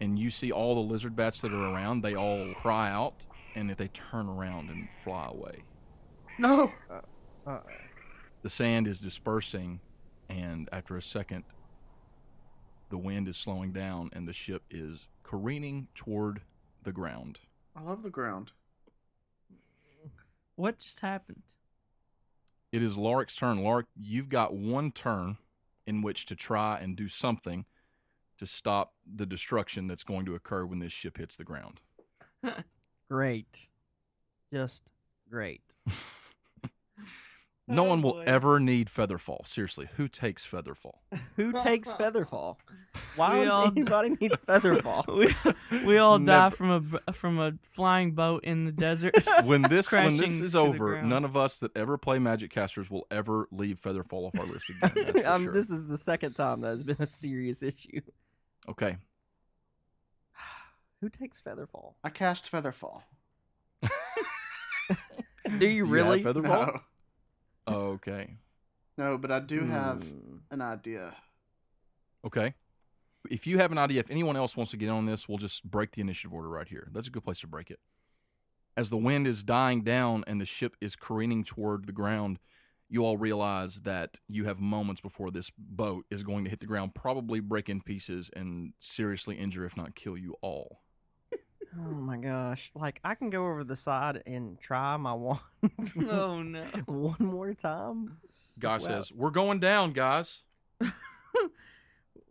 and you see all the lizard bats that are around. They all cry out, and they turn around and fly away. No. Uh, The sand is dispersing, and after a second, the wind is slowing down, and the ship is careening toward the ground. I love the ground. What just happened? It is Lark's turn. Lark, you've got one turn in which to try and do something to stop the destruction that's going to occur when this ship hits the ground. great. Just great. No Oh, one will boy. ever need Featherfall. Seriously, who takes Featherfall? [LAUGHS] Who takes Featherfall? Why We does all- [LAUGHS] anybody need [LAUGHS] Featherfall? we, we all die Never. from a b- from a flying boat in the desert. when [LAUGHS] this when this crashing is to the over, ground. none of us that ever play Magic Casters will ever leave Featherfall off our list again. [LAUGHS] That's for um, sure. This is the second time that has been a serious issue. okay. Who takes Featherfall? I cast Featherfall. [LAUGHS] Do you Do you have really? Featherfall? No. Okay. No, but I do have Mm. an idea. Okay. If you have an idea, if anyone else wants to get in on this, we'll just break the initiative order right here. That's a good place to break it. As the wind is dying down and the ship is careening toward the ground, you all realize that you have moments before this boat is going to hit the ground, probably break in pieces and seriously injure, if not kill you all. Oh my gosh! Like I can go over the side and try my [LAUGHS] wand [LAUGHS] oh no! [LAUGHS] one more time. Guy Wow. says, "We're going down, guys." [LAUGHS]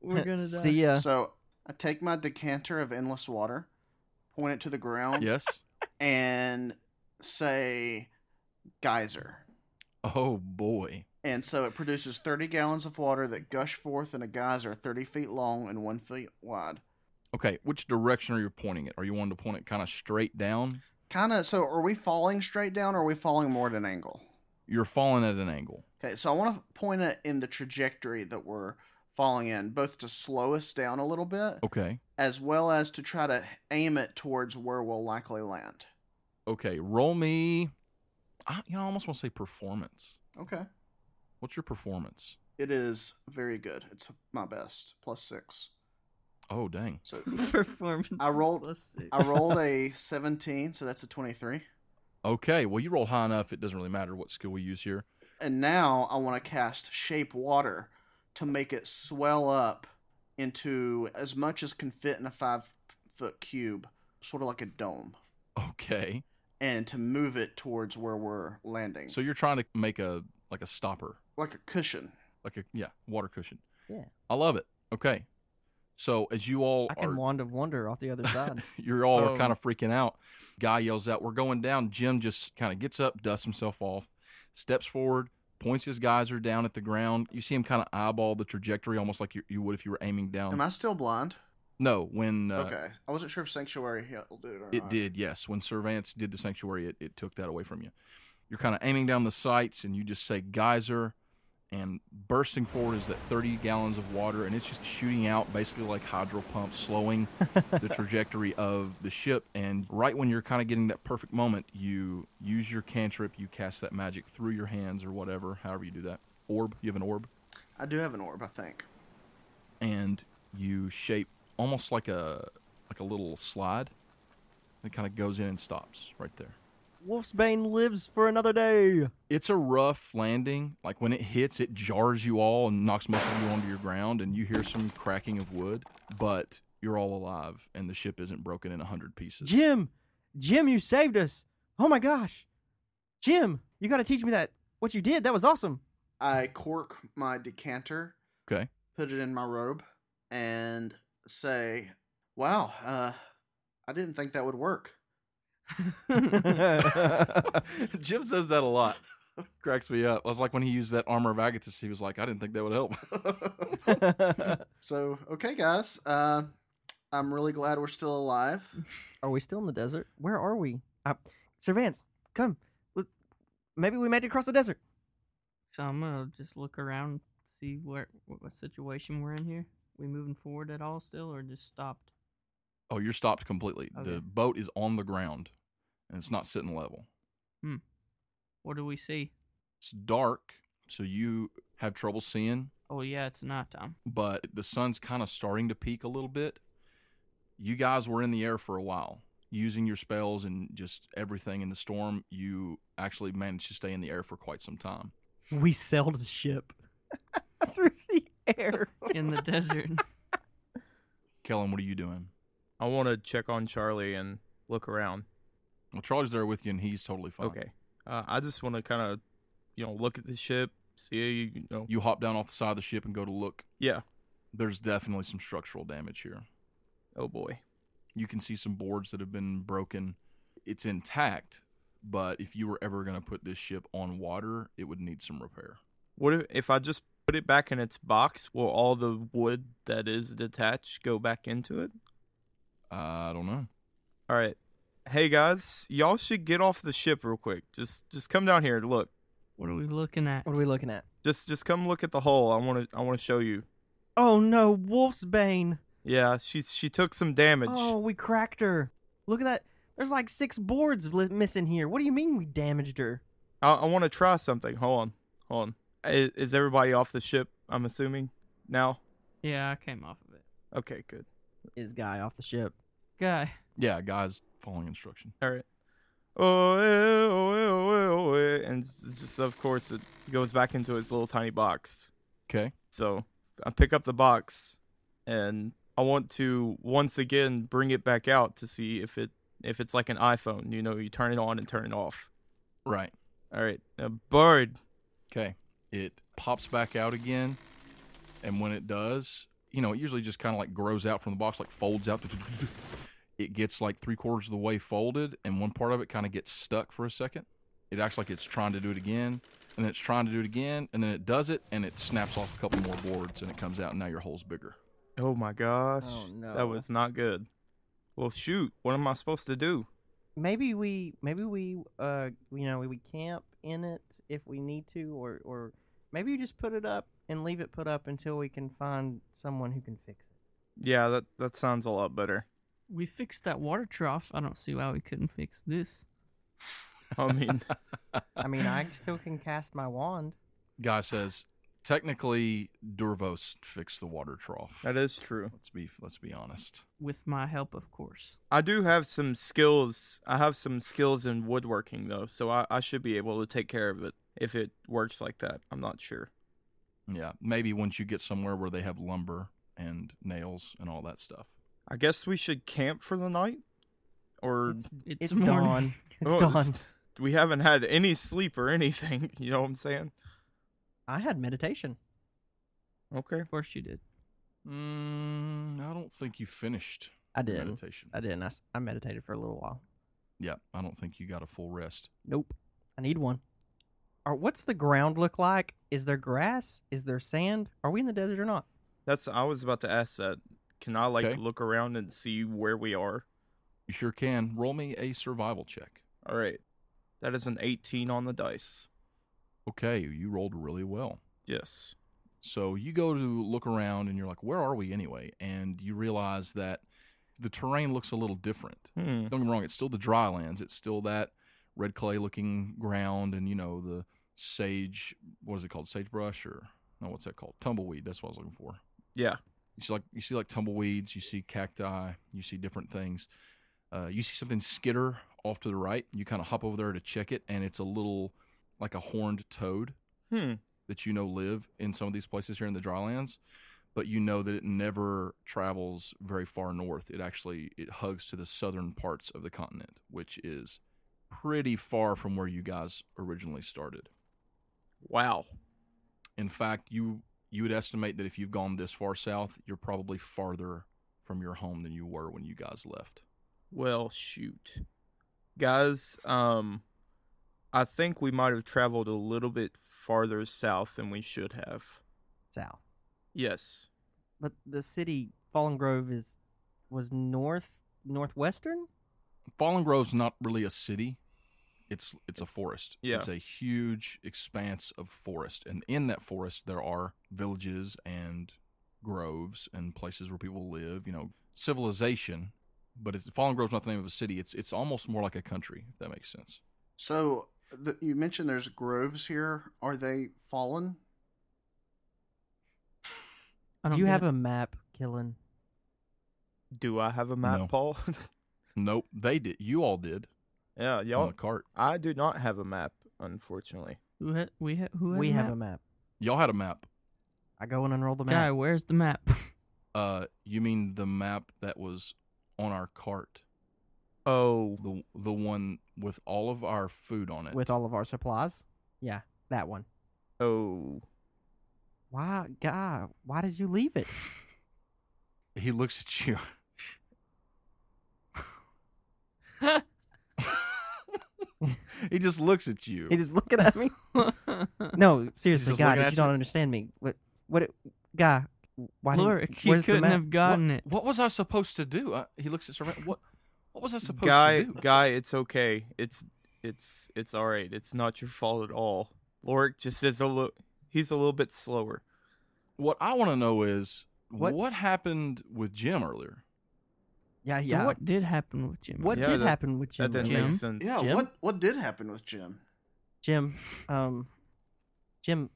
We're gonna die. see ya. So I take my decanter of endless water, point it to the ground, Yes. and say geyser. Oh boy. And so it produces 30 gallons of water that gush forth in a geyser 30 feet long and 1 feet wide. Okay, which direction are you pointing it? Are you wanting to point it kind of straight down? Kind of, so are we falling straight down or are we falling more at an angle? You're falling at an angle. Okay, so I want to point it in the trajectory that we're falling in, both to slow us down a little bit, Okay. as well as to try to aim it towards where we'll likely land. Okay. Roll me. I, you know, I almost want to say performance. Okay. What's your performance? It is very good. It's my best. Plus six. Oh dang. So [LAUGHS] Performance. I is rolled- plus six. I rolled a 17, so that's a 23. Okay. Well, you rolled high enough. It doesn't really matter what skill we use here. And now I want to cast Shape Water to make it swell up into as much as can fit in a five foot cube, sort of like a dome. Okay. and to move it towards where we're landing. So you're trying to make a like a stopper, like a cushion. like a yeah, water cushion. Yeah. I love it. Okay. So as you all I are can wand of wonder off the other side. you're all Um, kind of freaking out. Guy yells out, "We're going down." Jim just kind of gets up, dusts himself off, steps forward, points his geyser down at the ground. You see him kind of eyeball the trajectory, almost like you, you would if you were aiming down. Am I still blind? no, when Um, uh, okay, I wasn't sure if Sanctuary held it or it not. did, yes, when Servance did the sanctuary, it, it took that away from you. You're kind of aiming down the sights, and you just say geyser, and bursting forward is that 30 gallons of water, and it's just shooting out, basically like hydro pumps, slowing the trajectory of the ship. And right when you're kind of getting that perfect moment, you use your cantrip, you cast that magic through your hands or whatever, however you do that. Orb, you have an orb, I do have an orb, I think. and you shape almost like a like a little slide. It kind of goes in and stops right there. Wolfsbane lives for another day. it's a rough landing. Like when it hits, it jars you all and knocks most of you onto your ground, and you hear some cracking of wood. But you're all alive, and the ship isn't broken in a hundred pieces. Jim, Jim, you saved us. Oh my gosh. Jim, you got to teach me that what you did. That was awesome. [LAUGHS] I cork my decanter, Okay, [LAUGHS] put it in my robe, and say, "Wow, uh, I didn't think that would work." [LAUGHS] Jim says that a lot. Cracks me up. I was like when he used that armor of Agathis, he was like, "I didn't think that would help." [LAUGHS] so, okay, guys, uh, I'm really glad we're still alive. Are we still in the desert? Where are we? Uh, Sir Vance, come. Let- Maybe we made it across the desert. So I'm gonna just look around, see where what, what situation we're in here. We moving forward at all still, or just stopped? Oh, you're stopped completely. Okay. The boat is on the ground, and it's not sitting level. What do we see? It's dark, so you have trouble seeing. Oh yeah, it's not Tom. but the sun's kind of starting to peak a little bit. You guys were in the air for a while using your spells and just everything in the storm. You actually managed to stay in the air for quite some time. We sailed the ship [LAUGHS] through the air. In the [LAUGHS] desert. Kellen, what are you doing? I want to check on Charlie and look around. Well, Charlie's there with you, and he's totally fine. Okay. Uh, I just want to kind of, you know, look at the ship, see, you know. You hop down off the side of the ship and go to look. Yeah. There's definitely some structural damage here. Oh boy. You can see some boards that have been broken. It's intact, but if you were ever going to put this ship on water, it would need some repair. What if, if I just put it back in its box? Will all the wood that is detached go back into it? I don't know. All right. Hey guys, y'all should get off the ship real quick. Just just come down here. Look. What are we looking at? What are we looking at? Just just come look at the hull. I want to I want to show you. Oh no, Wolfsbane. Yeah, she she took some damage. Oh, we cracked her. Look at that. There's like six boards li- missing here. What do you mean we damaged her? I, I want to try something. Hold on. Hold on. Is, is everybody off the ship? I'm assuming now. Yeah, I came off of it. Okay, good. Is guy off the ship? Guy, Yeah, guys, following instruction. All right. Oh, eh, oh, eh, oh, eh, oh, eh. and just of course it goes back into its little tiny box. Okay. So I pick up the box, and I want to once again bring it back out to see if it if it's like an iPhone. You know, you turn it on and turn it off. Right. All right, a bird. Okay. It pops back out again. And when it does, you know, it usually just kind of like grows out from the box, like folds out. It gets like three quarters of the way folded, and one part of it kind of gets stuck for a second. It acts like it's trying to do it again, and then it's trying to do it again, and then it does it, and it snaps off a couple more boards, and it comes out, and now your hole's bigger. Oh my gosh, Oh, no. that was not good. Well, shoot, what am I supposed to do? Maybe we, maybe we, uh, you know, we camp in it if we need to, or, or maybe you just put it up and leave it put up until we can find someone who can fix it. Yeah, that that sounds a lot better. we fixed that water trough. I don't see why we couldn't fix this. I [LAUGHS] mean, I mean, I still can cast my wand. Guy says, technically, Durvos fixed the water trough. that is true. Let's be let's be honest. With my help, of course. I do have some skills. I have some skills in woodworking though, so I, I should be able to take care of it if it works like that. I'm not sure. Yeah, maybe once you get somewhere where they have lumber and nails and all that stuff. I guess we should camp for the night. or It's, It's, it's, morning. dawn. It's Oh, dawn. it's- [LAUGHS] we haven't had any sleep or anything. [LAUGHS] You know what I'm saying? I had meditation. [LAUGHS] Okay. Of course you did. Mm, I don't think you finished I your did. meditation. I didn't. I, s- I meditated for a little while. Yeah, I don't think you got a full rest. Nope. I need one. Or what's the ground look like? Is there grass? Is there sand? Are we in the desert or not? That's I was about to ask that. Can I like Okay. look around and see where we are? You sure can. Roll me a survival check. All right. That is an 18 on the dice. Okay, you rolled really well. Yes. So you go to look around and you're like, where are we anyway? And you realize that the terrain looks a little different. Hmm. Don't get me wrong, it's still the dry lands. It's still that red clay looking ground and, you know, the sage, what is it called? Sagebrush or, no, what's that called? Tumbleweed. That's what I was looking for. Yeah. You see like you see like tumbleweeds, you see cacti, you see different things. Uh, you see something skitter off to the right. You kind of hop over there to check it, and it's a little like a horned toad Hmm. that you know live in some of these places here in the drylands. But you know that it never travels very far north. It actually it hugs to the southern parts of the continent, which is pretty far from where you guys originally started. Wow. In fact, you you would estimate that if you've gone this far south, you're probably farther from your home than you were when you guys left. Well, shoot. Guys, um I think we might have traveled a little bit farther south than we should have. South. Yes. But the city Fallen Grove is was north northwestern. Fallen Grove's not really a city. It's it's a forest. Yeah. It's a huge expanse of forest. And in that forest there are villages and groves and places where people live, you know, civilization. But it's Fallen Grove's not the name of a city. It's it's almost more like a country, if that makes sense. So the, you mentioned there's groves here. Are they fallen? I Do don't you get have it. a map, Killen? Do I have a map, No. Paul? [LAUGHS] Nope, they did. You all did yeah, on y'all the cart. I do not have a map, unfortunately. Who ha- we ha- who had we a have map? a map. Y'all had a map. I go and unroll the map. Guy, where's the map? [LAUGHS] Uh, you mean the map that was on our cart, Oh, the the one with all of our food on it? with all of our supplies. Yeah, that one. oh. Why, guy? Why did you leave it? [LAUGHS] he looks at you. [LAUGHS] he just looks at you. He just looking at me. No, seriously, just guy, looking did at you don't you. understand me? What? What? Guy, why? didn't- [LAUGHS] Lorik, he where's the couldn't map? have gotten what, it. What was I supposed to do? I, he looks at Servant. What? What was I supposed guy to do? guy it's okay it's it's it's all right it's not your fault at all lorik just is a little he's a little bit slower What I want to know is What- what? happened with Jim earlier. Yeah, So yeah. what did happen with Jimmy? What Yeah, did that- happen with Jim? that doesn't Jim? make sense Yeah. Jim? What what did happen with Jim? Jim, um, Jim,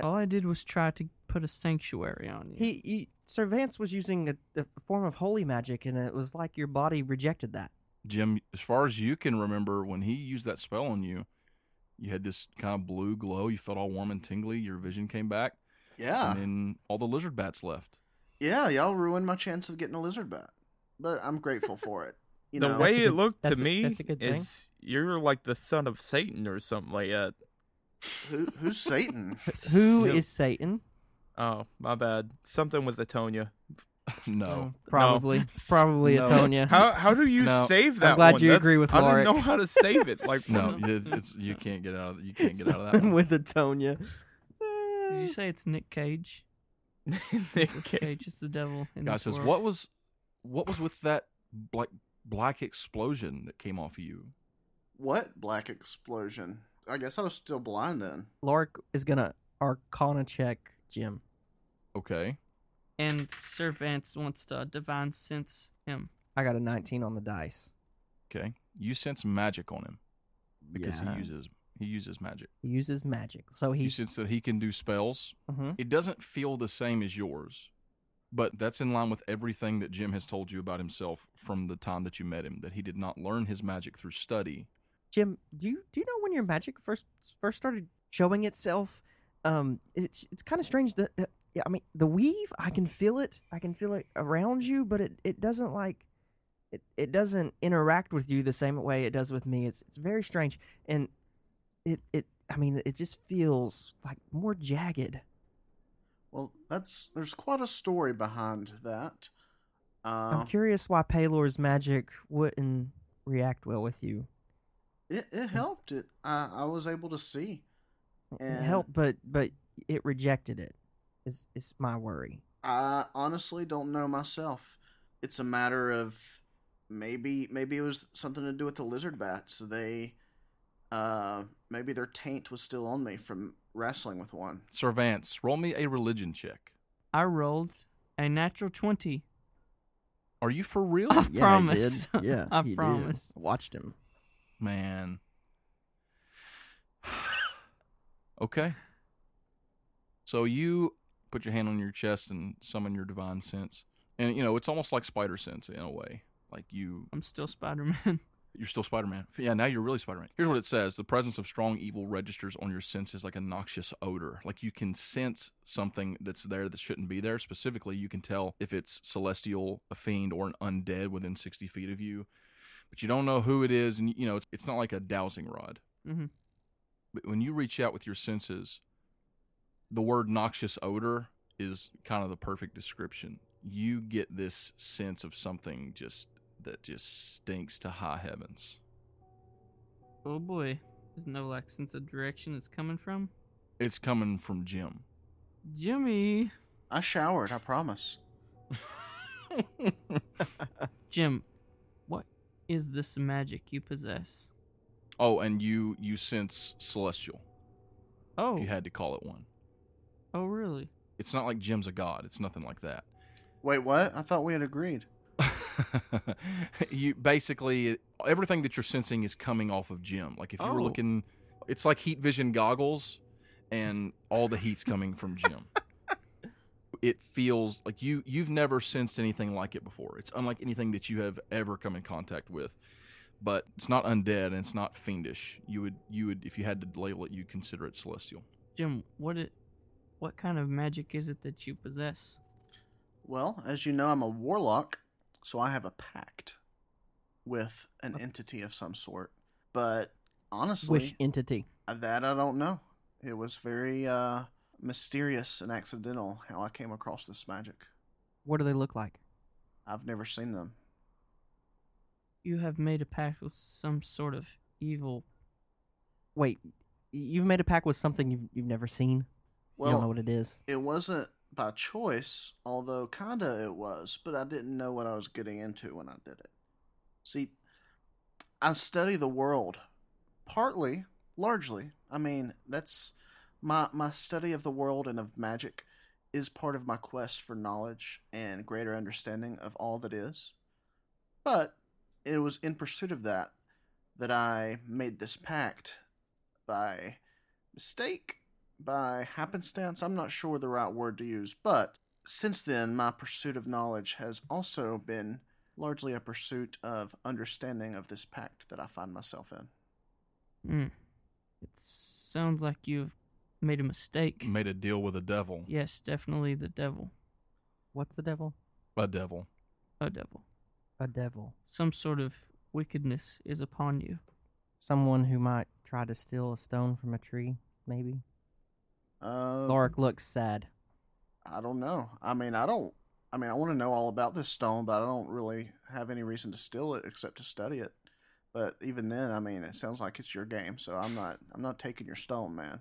All I did was try to put a sanctuary on you. he, he Sir Vance was using a, a form of holy magic, and it was like your body rejected that. Jim, as far as you can remember, when he used that spell on you, you had this kind of blue glow. You felt all warm and tingly. Your vision came back, Yeah. and then all the lizard bats left. Yeah, y'all ruined my chance of getting a lizard bat. But I'm grateful [LAUGHS] for it. You the know, way That's a it good- looked to that's a- me that's a good thing. is you're like the son of satan or something like that who, who's Satan? Who is So- Satan? oh my bad something [LAUGHS] with atonia No, Mm, [LAUGHS] probably, probably No. Atonia. how [LAUGHS] how do you No. save that glad one? you agree with i Lorik. don't know how to save it [LAUGHS] like [LAUGHS] no, it's, it's you can't get out. Of, you can't get out of that. Something One. with Atonia. Did you say it's Nick Cage? Nick okay. Cage is the devil. In Guy this says, world. "What was, what was with that black black explosion that came off of you?" What black explosion? I guess I was still blind then. Lorik Uh, is gonna Arcana check Jim. Okay, And Sir Vance wants to uh, divine sense him. I got a 19 on the dice. okay. You sense magic on him because Yeah. he uses he uses magic. He uses magic, so You he's sense that he can do spells. Mhm. It doesn't feel the same as yours, but that's in line with everything that Jim has told you about himself from the time that you met him. That he did not learn his magic through study. Jim. Do you do you know when your magic first first started showing itself? Um, it's it's kind of strange that, that yeah, I mean the weave. I can feel it. I can feel it around you, but it it doesn't like it, it doesn't interact with you the same way it does with me. It's it's very strange, and it it I mean it just feels like more jagged. Well, that's there's quite a story behind that. Uh, I'm curious why Paylor's magic wouldn't react well with you. it it helped. It I, I was able to see. It And- helped, but but it rejected it. Is is my worry? I honestly don't know myself. It's a matter of maybe maybe it was something to do with the lizard bats. They uh maybe their taint was still on me from wrestling with one. Servance, roll me a religion check. I rolled a natural 20. Are you for real? I [LAUGHS] promise. He did. Yeah, I he did. promise. Watched him. Man. [SIGHS] okay. So you put your hand on your chest and summon your divine sense. And you know, it's almost like spider sense in a way. Like you I'm still Spider Man. you're still Spider-Man. Yeah, now you're really Spider-Man. Here's what it says: the presence of strong evil registers on your senses like a noxious odor. Like you can sense something that's there that shouldn't be there. Specifically, you can tell if it's celestial, a fiend, or an undead within 60 feet of you, but you don't know who it is, and you know it's it's not like a dowsing rod. Mhm. But when you reach out with your senses, the word noxious odor is kind of the perfect description. You get this sense of something just that just stinks to high heavens. [LAUGHS] Oh boy. There's no like sense of direction it's coming from. It's coming from Jim. Jimmy. I showered, I promise. Jim, what is this magic you possess? oh, and you you sense celestial. Oh. If you had to call it one. Oh, really? It's not like Jim's a god. It's nothing like that. Wait, what? I thought we had agreed. [LAUGHS] you basically everything that you're sensing is coming off of Jim. Like if you were Oh. looking, it's like heat vision goggles, and all the heat's coming [LAUGHS] from Jim. It feels like you you've never sensed anything like it before. It's unlike anything that you have ever come in contact with. But it's not undead and it's not fiendish. You would you would if you had to label it, you'd consider it celestial. Jim, what it what kind of magic is it that you possess? Well, as you know, I'm a warlock, so I have a pact with an entity of some sort. But honestly, Wish entity. That I don't know. It was very uh, mysterious and accidental how I came across this magic. What do they look like? I've never seen them. You have made a pact with some sort of evil. Wait, y- you've made a pact with something you've you've never seen. you don't know Well, what it is. it wasn't by choice, although kinda it was, but I didn't know what I was getting into when I did it. See, I study the world partly, largely. I mean, that's my my study of the world and of magic is part of my quest for knowledge and greater understanding of all that is. But it was in pursuit of that that I made this pact by mistake, by happenstance. I'm not sure the right word to use, but since then, my pursuit of knowledge has also been largely a pursuit of understanding of this pact that I find myself in. Hmm. It sounds like you've made a mistake. Made a deal with a devil. Yes, definitely the devil. What's the devil? A devil. A devil. A devil. Some sort of wickedness is upon you. Someone who might try to steal a stone from a tree, maybe. Uh, Lorik looks sad. I don't know. I mean, I don't. I mean, I want to know all about this stone, but I don't really have any reason to steal it except to study it. But even then, I mean, it sounds like it's your game, so I'm not. I'm not taking your stone, man.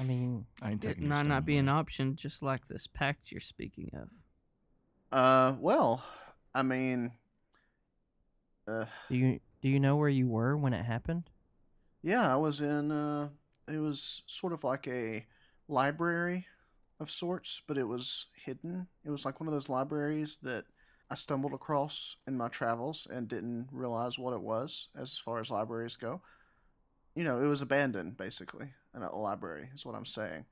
I mean, I ain't It taking your might not stone, be an man. option, just like this pact you're speaking of. Uh, well, I mean, uh, do you do you know where you were when it happened? yeah, I was in. Uh, it was sort of like a library of sorts, but it was hidden. It was like one of those libraries that I stumbled across in my travels and didn't realize what it was as far as libraries go. You know, it was abandoned basically, and a library is what I'm saying.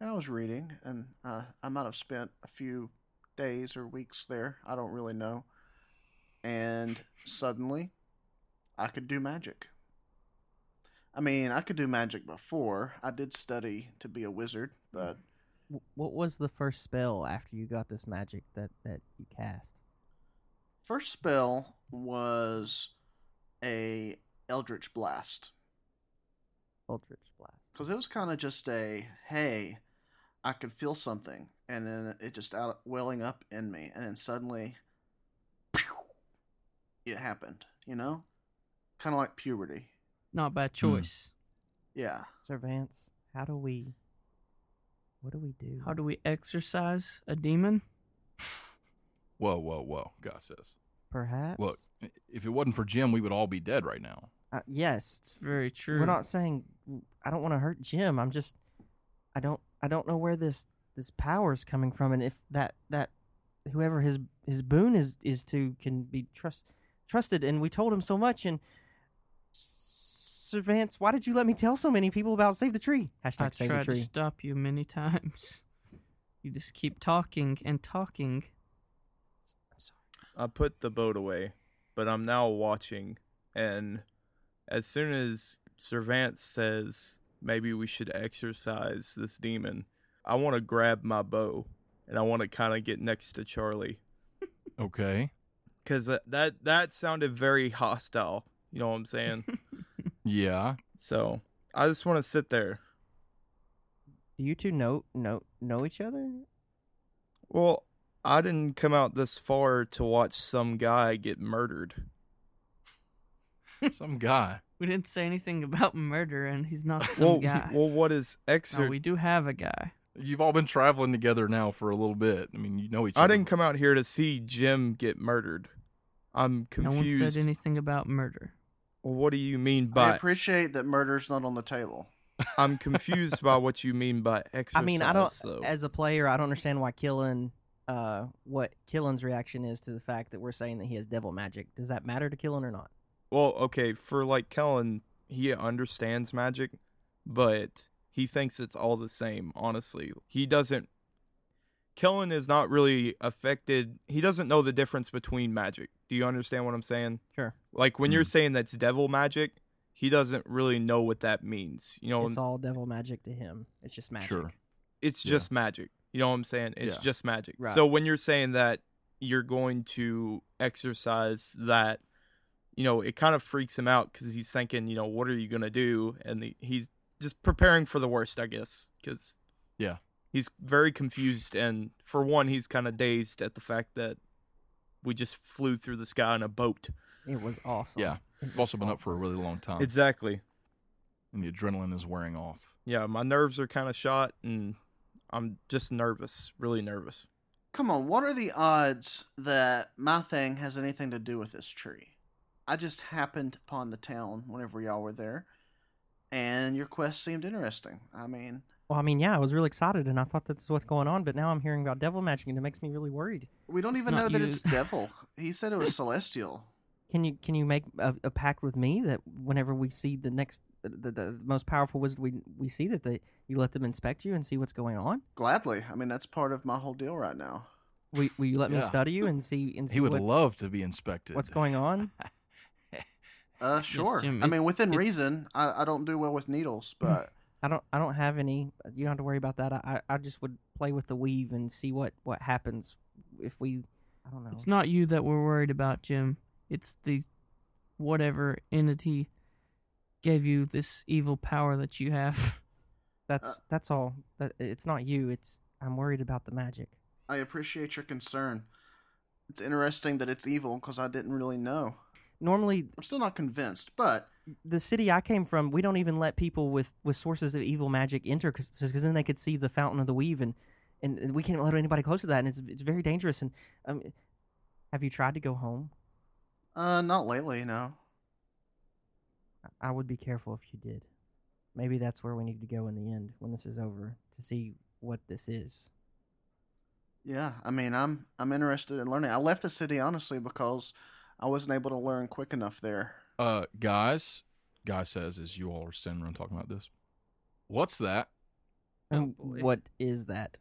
And I was reading, and uh, I might have spent a few days or weeks there. I don't really know. And suddenly, I could do magic. I mean, I could do magic before. I did study to be a wizard, but Wh- What was the first spell after you got this magic that that you cast? First spell was a Eldritch Blast. Eldritch blast. because it was kind of just a hey i could feel something and then it just out welling up in me and then suddenly pew, it happened you know kind of like puberty Not by choice. yeah Sir Vance, how do we? What do we do? How do we exorcise a demon? Whoa, whoa, whoa, God says. perhaps? Look, if it wasn't for Jim, we would all be dead right now. Uh, yes, It's very true. We're not saying I don't want to hurt Jim. I'm just I don't I don't know where this this power is coming from, and if that that whoever his his boon is is to can be trust trusted. And we told him so much. And Sir Vance, why did you let me tell so many people about Save the Tree? Hashtag I Save the tried to Tree. stop you many [LAUGHS] times. You just keep talking and talking. [LAUGHS] I put the boat away, but I'm now watching. And as soon as Servant says maybe we should exorcise this demon, I want to grab my bow and I want to kind of get next to Charlie Okay. because that, that that sounded very hostile. You know what I'm saying? [LAUGHS] Yeah. so I just want to sit there. Do you two know know know each other? Well, I didn't come out this far to watch some guy get murdered. Some guy. We didn't say anything about murder, and he's not some Well, guy. well, what is no, exor? we do have a guy. You've all been traveling together now for a little bit. I mean, you know each I other. didn't come out here to see Jim get murdered. I'm confused. No one said anything about murder. Well, what do you mean i by? appreciate that murder's not on the table I'm confused by what you [LAUGHS] mean by exercise. I mean, I don't. though. As a player, I don't understand why Killen, uh, what Killen's reaction is to the fact that we're saying that he has devil magic. Does that matter to Killen or not? well, okay, for like Kellen, he understands magic, but he thinks it's all the same. Honestly, he doesn't. Kellen is not really affected. He doesn't know the difference between magic. Do you understand what I'm saying? Sure. Like when you're Mm. saying that's devil magic, he doesn't really know what that means. You know, what it's I'm all devil magic to him. It's just magic. Sure. it's Yeah. just magic. You know what I'm saying? It's Yeah. just magic. Right. So when you're saying that you're going to exercise that, you know, it kind of freaks him out because he's thinking, you know, what are you gonna do? And the, he's just preparing for the worst, I guess, because Yeah. he's very confused. And for one, he's kind of dazed at the fact that we just flew through the sky on a boat. It was awesome. Yeah. You've also been up for a really long time, Exactly. and the adrenaline is wearing off. Yeah, my nerves are kind of shot, and I'm just nervous, really nervous. come on what are the odds that my thing has anything to do with this tree i just happened upon the town whenever y'all were there and your quest seemed interesting i mean Well, I mean, yeah, I was really excited and I thought that's what's going on, but now I'm hearing about devil magic and it makes me really worried. We don't It's even know not that you. it's devil. He said it [LAUGHS] was celestial. Can you can you make a, a pact with me that whenever we see the next the, the, the most powerful wizard we we see that they, you let them inspect you and see what's going on? Gladly. I mean, that's part of my whole deal right now. Will, will you let me Yeah. study you and see and see He would what- love to be inspected. what's going on? Uh, sure. Jim, I it- mean, within it's- Hmm. reason. I, I don't do well with needles, but I don't. I don't have any. uh, You don't have to worry about that. I. I I just would play with the weave and see what what happens if we. I don't know. It's not you that we're worried about, Jim. It's the whatever entity gave you this evil power that you have. [LAUGHS] that's uh, that's all. That, it's not you. It's. I'm worried about the magic. I appreciate your concern. It's interesting that it's evil because I didn't really know. Normally, I'm still not convinced, but the city I came from, we don't even let people with with sources of evil magic enter because then they could see the fountain of the weave and and, and we can't let anybody close to that and it's it's very dangerous and um. Have you tried to go home? uh, not lately, no. I would be careful if you did. Maybe that's where we need to go in the end when this is over to see what this is. Yeah, I mean, I'm I'm interested in learning. I left the city honestly because I wasn't able to learn quick enough there. Uh, guys, guy says as you all are standing around talking about this. What's that? Oh, Um, boy. what is that?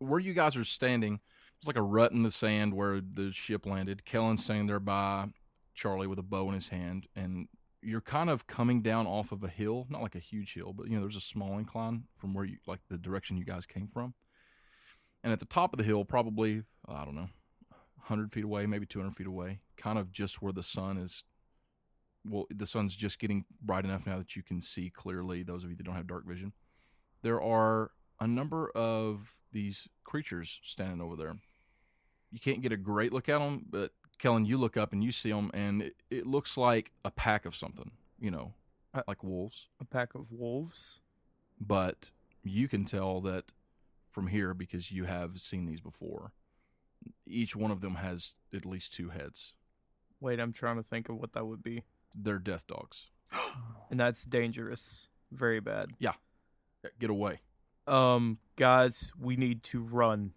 Where you guys are standing, there's like a rut in the sand where the ship landed. Kellen's standing there by Charlie with a bow in his hand, and you're kind of coming down off of a hill, not like a huge hill, but you know, there's a small incline from where you like the direction you guys came from. And at the top of the hill, probably, I don't know, 100 feet away, maybe 200 feet away, kind of just where the sun is. Well, the sun's just getting bright enough now that you can see clearly, those of you that don't have dark vision. There are a number of these creatures standing over there. You can't get a great look at them, but Kellen, you look up and you see them, and it, it looks like a pack of something, you know, Uh, like wolves. A pack of wolves. But you can tell that from here because you have seen these before. Each one of them has at least two heads. Wait, I'm trying to think of what that would be. They're death dogs. And that's dangerous. Very bad. Get away. Um, guys, we need to run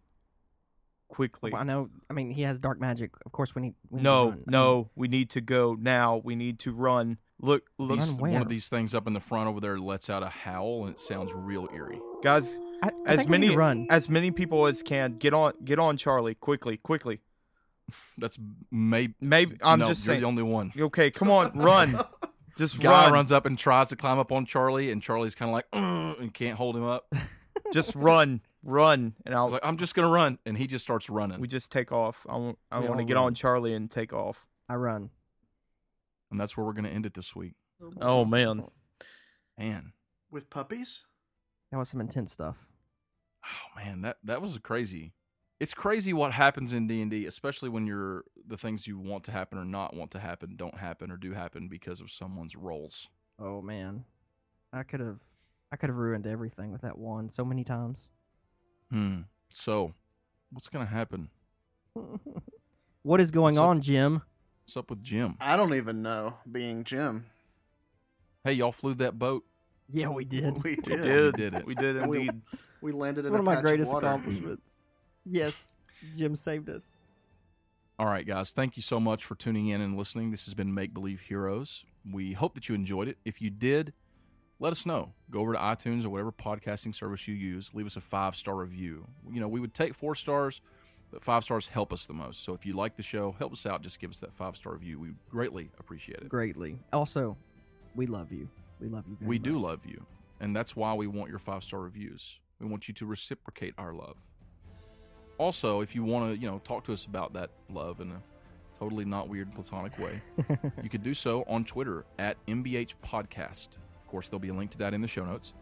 quickly. Well, I know. I mean, he has dark magic. Of course, we need. We need to No, run. no, we need to go now. We need to run. Look, look, These, Run one where? of these things up in the front over there lets out a howl, and it sounds real eerie. guys. I, I As think we need many to run. as many people as can get on, get on Charlie quickly, quickly. That's maybe. Maybe I'm no, just you're saying. the only one. Okay, [LAUGHS] come on, run. Just Guy run. runs up and tries to climb up on Charlie, and Charlie's kind of like, "Ugh," and can't hold him up. I [LAUGHS] Just run, run. And I'll. was like, I'm just gonna run, and he just starts running, we just take off. I want. I We want to all get run. on Charlie and take off. I run. and that's where we're gonna end it this week. Oh man. Man, [LAUGHS] With puppies? That was some intense stuff. oh man, that that was crazy. It's crazy what happens in D and D, especially when you're the things you want to happen or not want to happen don't happen or do happen because of someone's roles. Oh man, I could have, I could have ruined everything with that one so many times. Hmm. So, what's gonna happen? what is going So- on, Jim? What's up with Jim? I don't even know, being Jim. Hey, y'all flew that boat. Yeah, we did. [LAUGHS] We did. did. we did it. We did We- indeed. We landed in One a of my patch greatest water. accomplishments. Yes, Jim saved us. All right, guys, thank you so much for tuning in and listening. This has been Make Believe Heroes. We hope that you enjoyed it. If you did, let us know. Go over to iTunes or whatever podcasting service you use. Leave us a five star review. You know, we would take four stars, but five stars help us the most. So if you like the show, help us out. Just give us that five star review. We greatly appreciate it. Greatly. Also, we love you. We love you. Very We much. do love you, and that's why we want your five star reviews. We want you to reciprocate our love. Also, if you want to, you know, talk to us about that love in a totally not weird platonic way, you could do so on Twitter at MBH Podcast. Of course, there'll be a link to that in the show notes.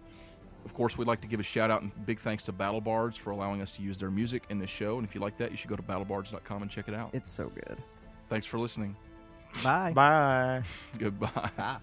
Of course, we'd like to give a shout out and big thanks to Battle Bards for allowing us to use their music in this show. And if you like that, you should go to battlebards.com and check it out. It's so good. [LAUGHS] Thanks for listening. Bye. Bye. Goodbye.